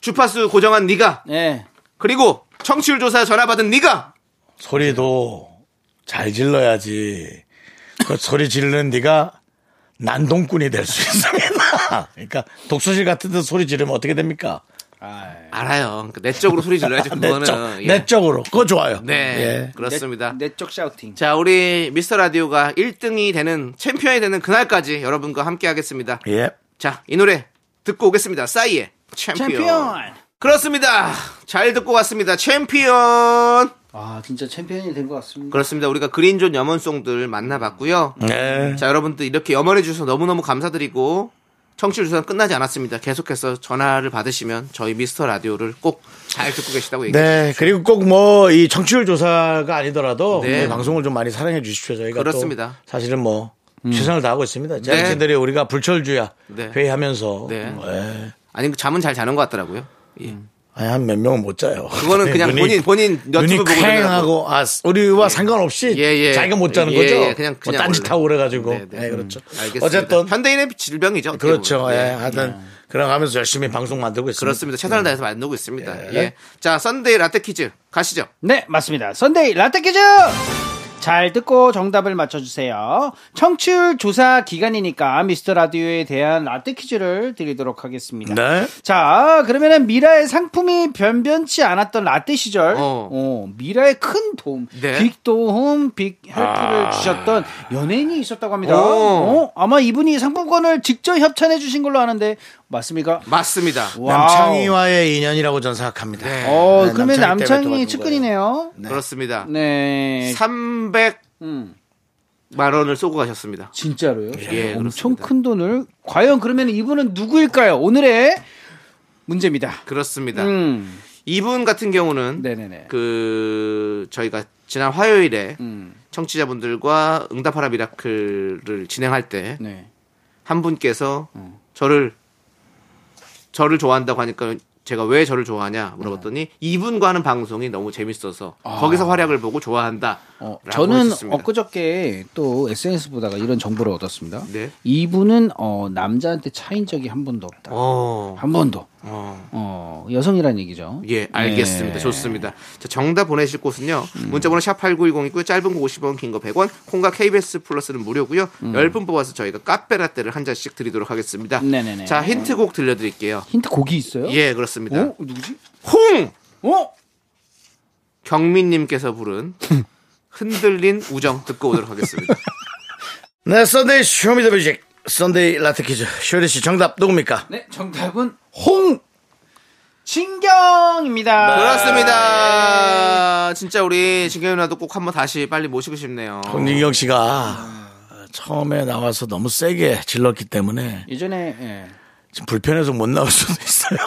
Speaker 4: 주파수 고정한 네가
Speaker 10: 네.
Speaker 4: 그리고 청취율 조사 전화 받은 네가
Speaker 6: 소리도 잘 질러야지. 그 소리 지르는 네가 난동꾼이 될 수 있습니다. 그러니까 독서실 같은 데 소리 지르면 어떻게 됩니까?
Speaker 4: 알아요. 그러니까 내적으로 소리 질러야지 그거는.
Speaker 6: 네. *laughs* 내적,
Speaker 4: 예.
Speaker 6: 내적으로. 그거 좋아요.
Speaker 4: 네,
Speaker 6: 예.
Speaker 4: 그렇습니다.
Speaker 10: 내적 샤우팅.
Speaker 4: 자, 우리 미스터 라디오가 1등이 되는 챔피언이 되는 그날까지 여러분과 함께 하겠습니다.
Speaker 6: 예.
Speaker 4: 자, 이 노래 듣고 오겠습니다. 싸이의 챔피언.
Speaker 10: 챔피언.
Speaker 4: 그렇습니다. 잘 듣고 왔습니다. 챔피언.
Speaker 10: 아 진짜 챔피언이 된 것 같습니다.
Speaker 4: 그렇습니다. 우리가 그린존 염원송들 만나봤고요.
Speaker 6: 네.
Speaker 4: 자, 여러분들 이렇게 염원해 주셔서 너무너무 감사드리고 청취 주사는 끝나지 않았습니다. 계속해서 전화를 받으시면 저희 미스터 라디오를 꼭 잘 듣고 계시다고 얘기해 주세요.
Speaker 6: 네, 그리고 꼭 뭐 이 청취율 조사가 아니더라도
Speaker 4: 그렇죠. 네.
Speaker 6: 우리 방송을 좀 많이 사랑해 주십시오. 저희가
Speaker 4: 그렇습니다. 음.
Speaker 6: 또 사실은 뭐 최선을 다하고 있습니다. 제작진들이 우리가 불철주야
Speaker 4: 네.
Speaker 6: 회의하면서
Speaker 4: 네.
Speaker 6: 예.
Speaker 4: 아니 그 잠은 잘 자는 것 같더라고요. 예.
Speaker 6: 아니 한 몇 명은 못 자요.
Speaker 4: 그거는 그냥 본인- 본인 유튜브
Speaker 6: 네, 눈이
Speaker 4: 보고 그러더라고.
Speaker 6: 쾌행하고 아 우리와 상관없이
Speaker 4: 예, 예.
Speaker 6: 자기가 못 자는
Speaker 4: 예,
Speaker 6: 거죠.
Speaker 4: 예, 그냥-
Speaker 6: 뭐
Speaker 4: 그냥
Speaker 6: 딴짓하고
Speaker 4: 원래.
Speaker 6: 그래가지고
Speaker 4: 네, 네.
Speaker 6: 네, 그렇죠.
Speaker 4: 알겠습니다.
Speaker 6: 어쨌든
Speaker 4: 현대인의 질병이죠. 어떻게
Speaker 6: 그렇죠.
Speaker 4: 보면.
Speaker 6: 예,
Speaker 4: 네.
Speaker 6: 하여튼 그래가면서 열심히 방송 만들고 있습니다.
Speaker 4: 그렇습니다. 최선을 다해서 만들고 있습니다. 예. 자, 썬데이 라떼 퀴즈 가시죠.
Speaker 10: 네, 맞습니다. 선데이 라떼 퀴즈! 잘 듣고 정답을 맞춰주세요. 청취율 조사 기간이니까 미스터 라디오에 대한 라떼 퀴즈를 드리도록 하겠습니다.
Speaker 6: 네.
Speaker 10: 자, 그러면은 미라의 상품이 변변치 않았던 라떼 시절,
Speaker 4: 어.
Speaker 10: 어. 미라의 큰 도움,
Speaker 4: 네.
Speaker 10: 빅 도움, 빅 헬프를
Speaker 6: 아.
Speaker 10: 주셨던 연예인이 있었다고 합니다.
Speaker 4: 오.
Speaker 10: 어, 아마 이분이 상품권을 직접 협찬해주신 걸로 아는데, 맞습니까?
Speaker 4: 맞습니다.
Speaker 10: 와우.
Speaker 6: 남창희와의 인연이라고 저는 생각합니다.
Speaker 4: 네.
Speaker 10: 어,
Speaker 6: 네, 남창희 때문에
Speaker 10: 그러면
Speaker 6: 도와준
Speaker 10: 남창이 측근이네요.
Speaker 4: 그렇습니다.
Speaker 10: 네.
Speaker 4: 300만
Speaker 10: 음.
Speaker 4: 원을 쏘고 가셨습니다.
Speaker 10: 진짜로요?
Speaker 4: 예,
Speaker 10: 엄청
Speaker 4: 그렇습니다.
Speaker 10: 큰 돈을 과연 그러면 이분은 누구일까요? 오늘의 문제입니다.
Speaker 4: 그렇습니다.
Speaker 10: 음,
Speaker 4: 이분 같은 경우는
Speaker 10: 네네네.
Speaker 4: 그 저희가 지난 화요일에
Speaker 10: 음,
Speaker 4: 청취자분들과 응답하라 미라클을 진행할 때 한
Speaker 10: 네.
Speaker 4: 분께서
Speaker 10: 음.
Speaker 4: 저를 저를 좋아한다고 하니까 제가 왜 저를 좋아하냐 물어봤더니
Speaker 10: 네.
Speaker 4: 이분과 하는 방송이 너무 재밌어서 거기서 활약을 보고 좋아한다.
Speaker 10: 아. 어,
Speaker 4: 라고
Speaker 10: 저는
Speaker 4: 하셨습니다.
Speaker 10: 엊그저께 또 SNS 보다가 이런 정보를 얻었습니다.
Speaker 4: 네.
Speaker 10: 이분은 어, 남자한테 차인 적이 한 번도 없다.
Speaker 4: 어,
Speaker 10: 한 번도.
Speaker 4: 어.
Speaker 10: 어, 여성이란 얘기죠.
Speaker 4: 예, 알겠습니다.
Speaker 10: 네.
Speaker 4: 좋습니다. 자, 정답 보내실 곳은요.
Speaker 10: 음.
Speaker 4: 문자번호 샵8910 있고요. 짧은 거 50원, 긴 거 100원. 콩과 KBS 플러스는 무료고요. 열 10분 뽑아서 저희가 카페라떼를 한 잔씩 드리도록 하겠습니다.
Speaker 10: 음. 네네네.
Speaker 4: 자, 힌트곡 들려드릴게요.
Speaker 10: 힌트 곡이 있어요?
Speaker 4: 예, 그렇습니다.
Speaker 10: 어? 누구지?
Speaker 4: 홍!
Speaker 10: 어?
Speaker 4: 경민님께서 부른 흔들린 우정 듣고 오도록 하겠습니다.
Speaker 6: 네, 썬데이 쇼미더뮤직 썬데이 라테 퀴즈 쇼리 씨 정답 누굽니까?
Speaker 10: 네, 정답은 홍! 신경입니다.
Speaker 4: 그렇습니다. 진짜 우리 진경이 누나도 꼭 한번 다시 빨리 모시고 싶네요.
Speaker 6: 홍진경 씨가 처음에 나와서 너무 세게 질렀기 때문에
Speaker 10: 예전에 예.
Speaker 4: *laughs*
Speaker 6: 지금 불편해서 못 나올 수도 있어요.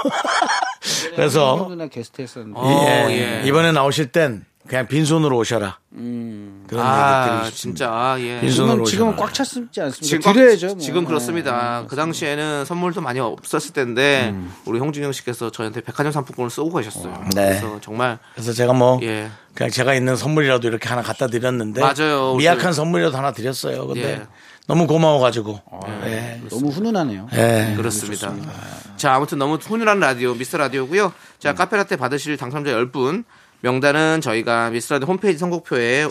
Speaker 6: 그래서
Speaker 10: 누나
Speaker 4: 어?
Speaker 10: 게스트 했었는데.
Speaker 6: 예, 이번에 나오실 땐 그냥 빈손으로 오셔라. 그런 얘기
Speaker 4: 아
Speaker 6: 드리고 싶습니다.
Speaker 4: 진짜 아, 예.
Speaker 6: 빈손으로
Speaker 10: 지금 지금은
Speaker 6: 오셔라.
Speaker 10: 꽉 찼지 않습니까?
Speaker 4: 지금 꽉-
Speaker 10: 드려야죠. 뭐.
Speaker 4: 지금
Speaker 6: 네,
Speaker 4: 그렇습니다. 그 당시에는 선물도 많이 없었을 텐데 우리 홍진영 씨께서 저희한테 백화점 상품권을 쏘고 가셨어요.
Speaker 6: 음. 네.
Speaker 4: 그래서 정말
Speaker 6: 그래서 제가 뭐
Speaker 4: 예.
Speaker 6: 그냥 제가 있는 선물이라도 이렇게 하나 갖다 드렸는데
Speaker 4: 맞아요.
Speaker 6: 미약한 선물이라도 하나 드렸어요. 근데
Speaker 4: 예. 어,
Speaker 6: 너무 고마워가지고 예.
Speaker 10: 너무 훈훈하네요.
Speaker 6: 예.
Speaker 4: 그렇습니다. 음. 자, 아무튼 너무 훈훈한 라디오, 미스 라디오고요. 자, 카페라떼 받으실 당첨자 10분 명단은 저희가 미스 라디오 홈페이지 선곡표에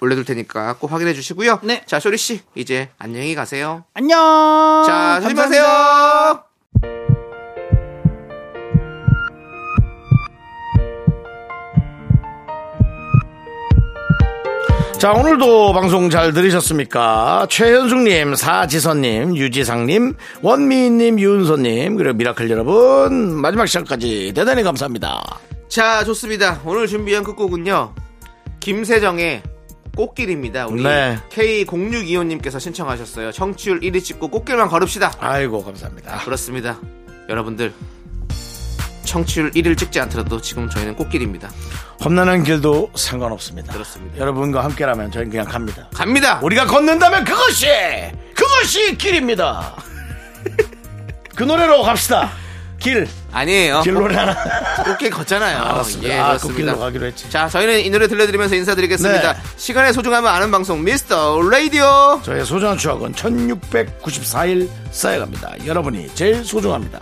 Speaker 4: 올려둘 테니까 꼭 확인해 주시고요.
Speaker 10: 네.
Speaker 4: 자, 쇼리 씨, 이제 안녕히 가세요.
Speaker 10: 안녕.
Speaker 4: 자,
Speaker 10: 어, 감사합니다.
Speaker 4: 조심하세요.
Speaker 6: 자 오늘도 방송 잘 들으셨습니까? 최현숙님, 사지선님, 유지상님, 원미님, 유은서님 그리고 미라클 여러분 마지막 시간까지 대단히 감사합니다.
Speaker 4: 자, 좋습니다. 오늘 준비한 끝곡은요. 김세정의 꽃길입니다. 우리
Speaker 6: 네.
Speaker 4: K0625님께서 신청하셨어요. 청취율 1위 찍고 꽃길만 걸읍시다.
Speaker 6: 아이고 감사합니다.
Speaker 4: 그렇습니다. 여러분들 청취율 1위를 찍지 않더라도 지금 저희는 꽃길입니다.
Speaker 6: 험난한 길도 상관없습니다.
Speaker 4: 그렇습니다.
Speaker 6: 여러분과 함께라면 저희는 그냥 갑니다.
Speaker 4: 갑니다.
Speaker 6: 우리가 걷는다면 그것이 그것이 길입니다. *laughs* 그 노래로 갑시다. 길,
Speaker 4: 아니에요.
Speaker 6: 길 노래 하나. *laughs*
Speaker 4: 꽃길 걷잖아요.
Speaker 6: 알았습니다.
Speaker 4: 예,
Speaker 6: 아,
Speaker 4: 그렇습니다.
Speaker 6: 꽃길로 가기로 했지.
Speaker 4: 자, 저희는 이 노래 들려드리면서 인사드리겠습니다.
Speaker 6: 네.
Speaker 4: 시간의 소중함을 아는 방송 미스터 라디오.
Speaker 6: 저의 소중한 추억은 1694일 쌓여갑니다. 여러분이 제일 소중합니다.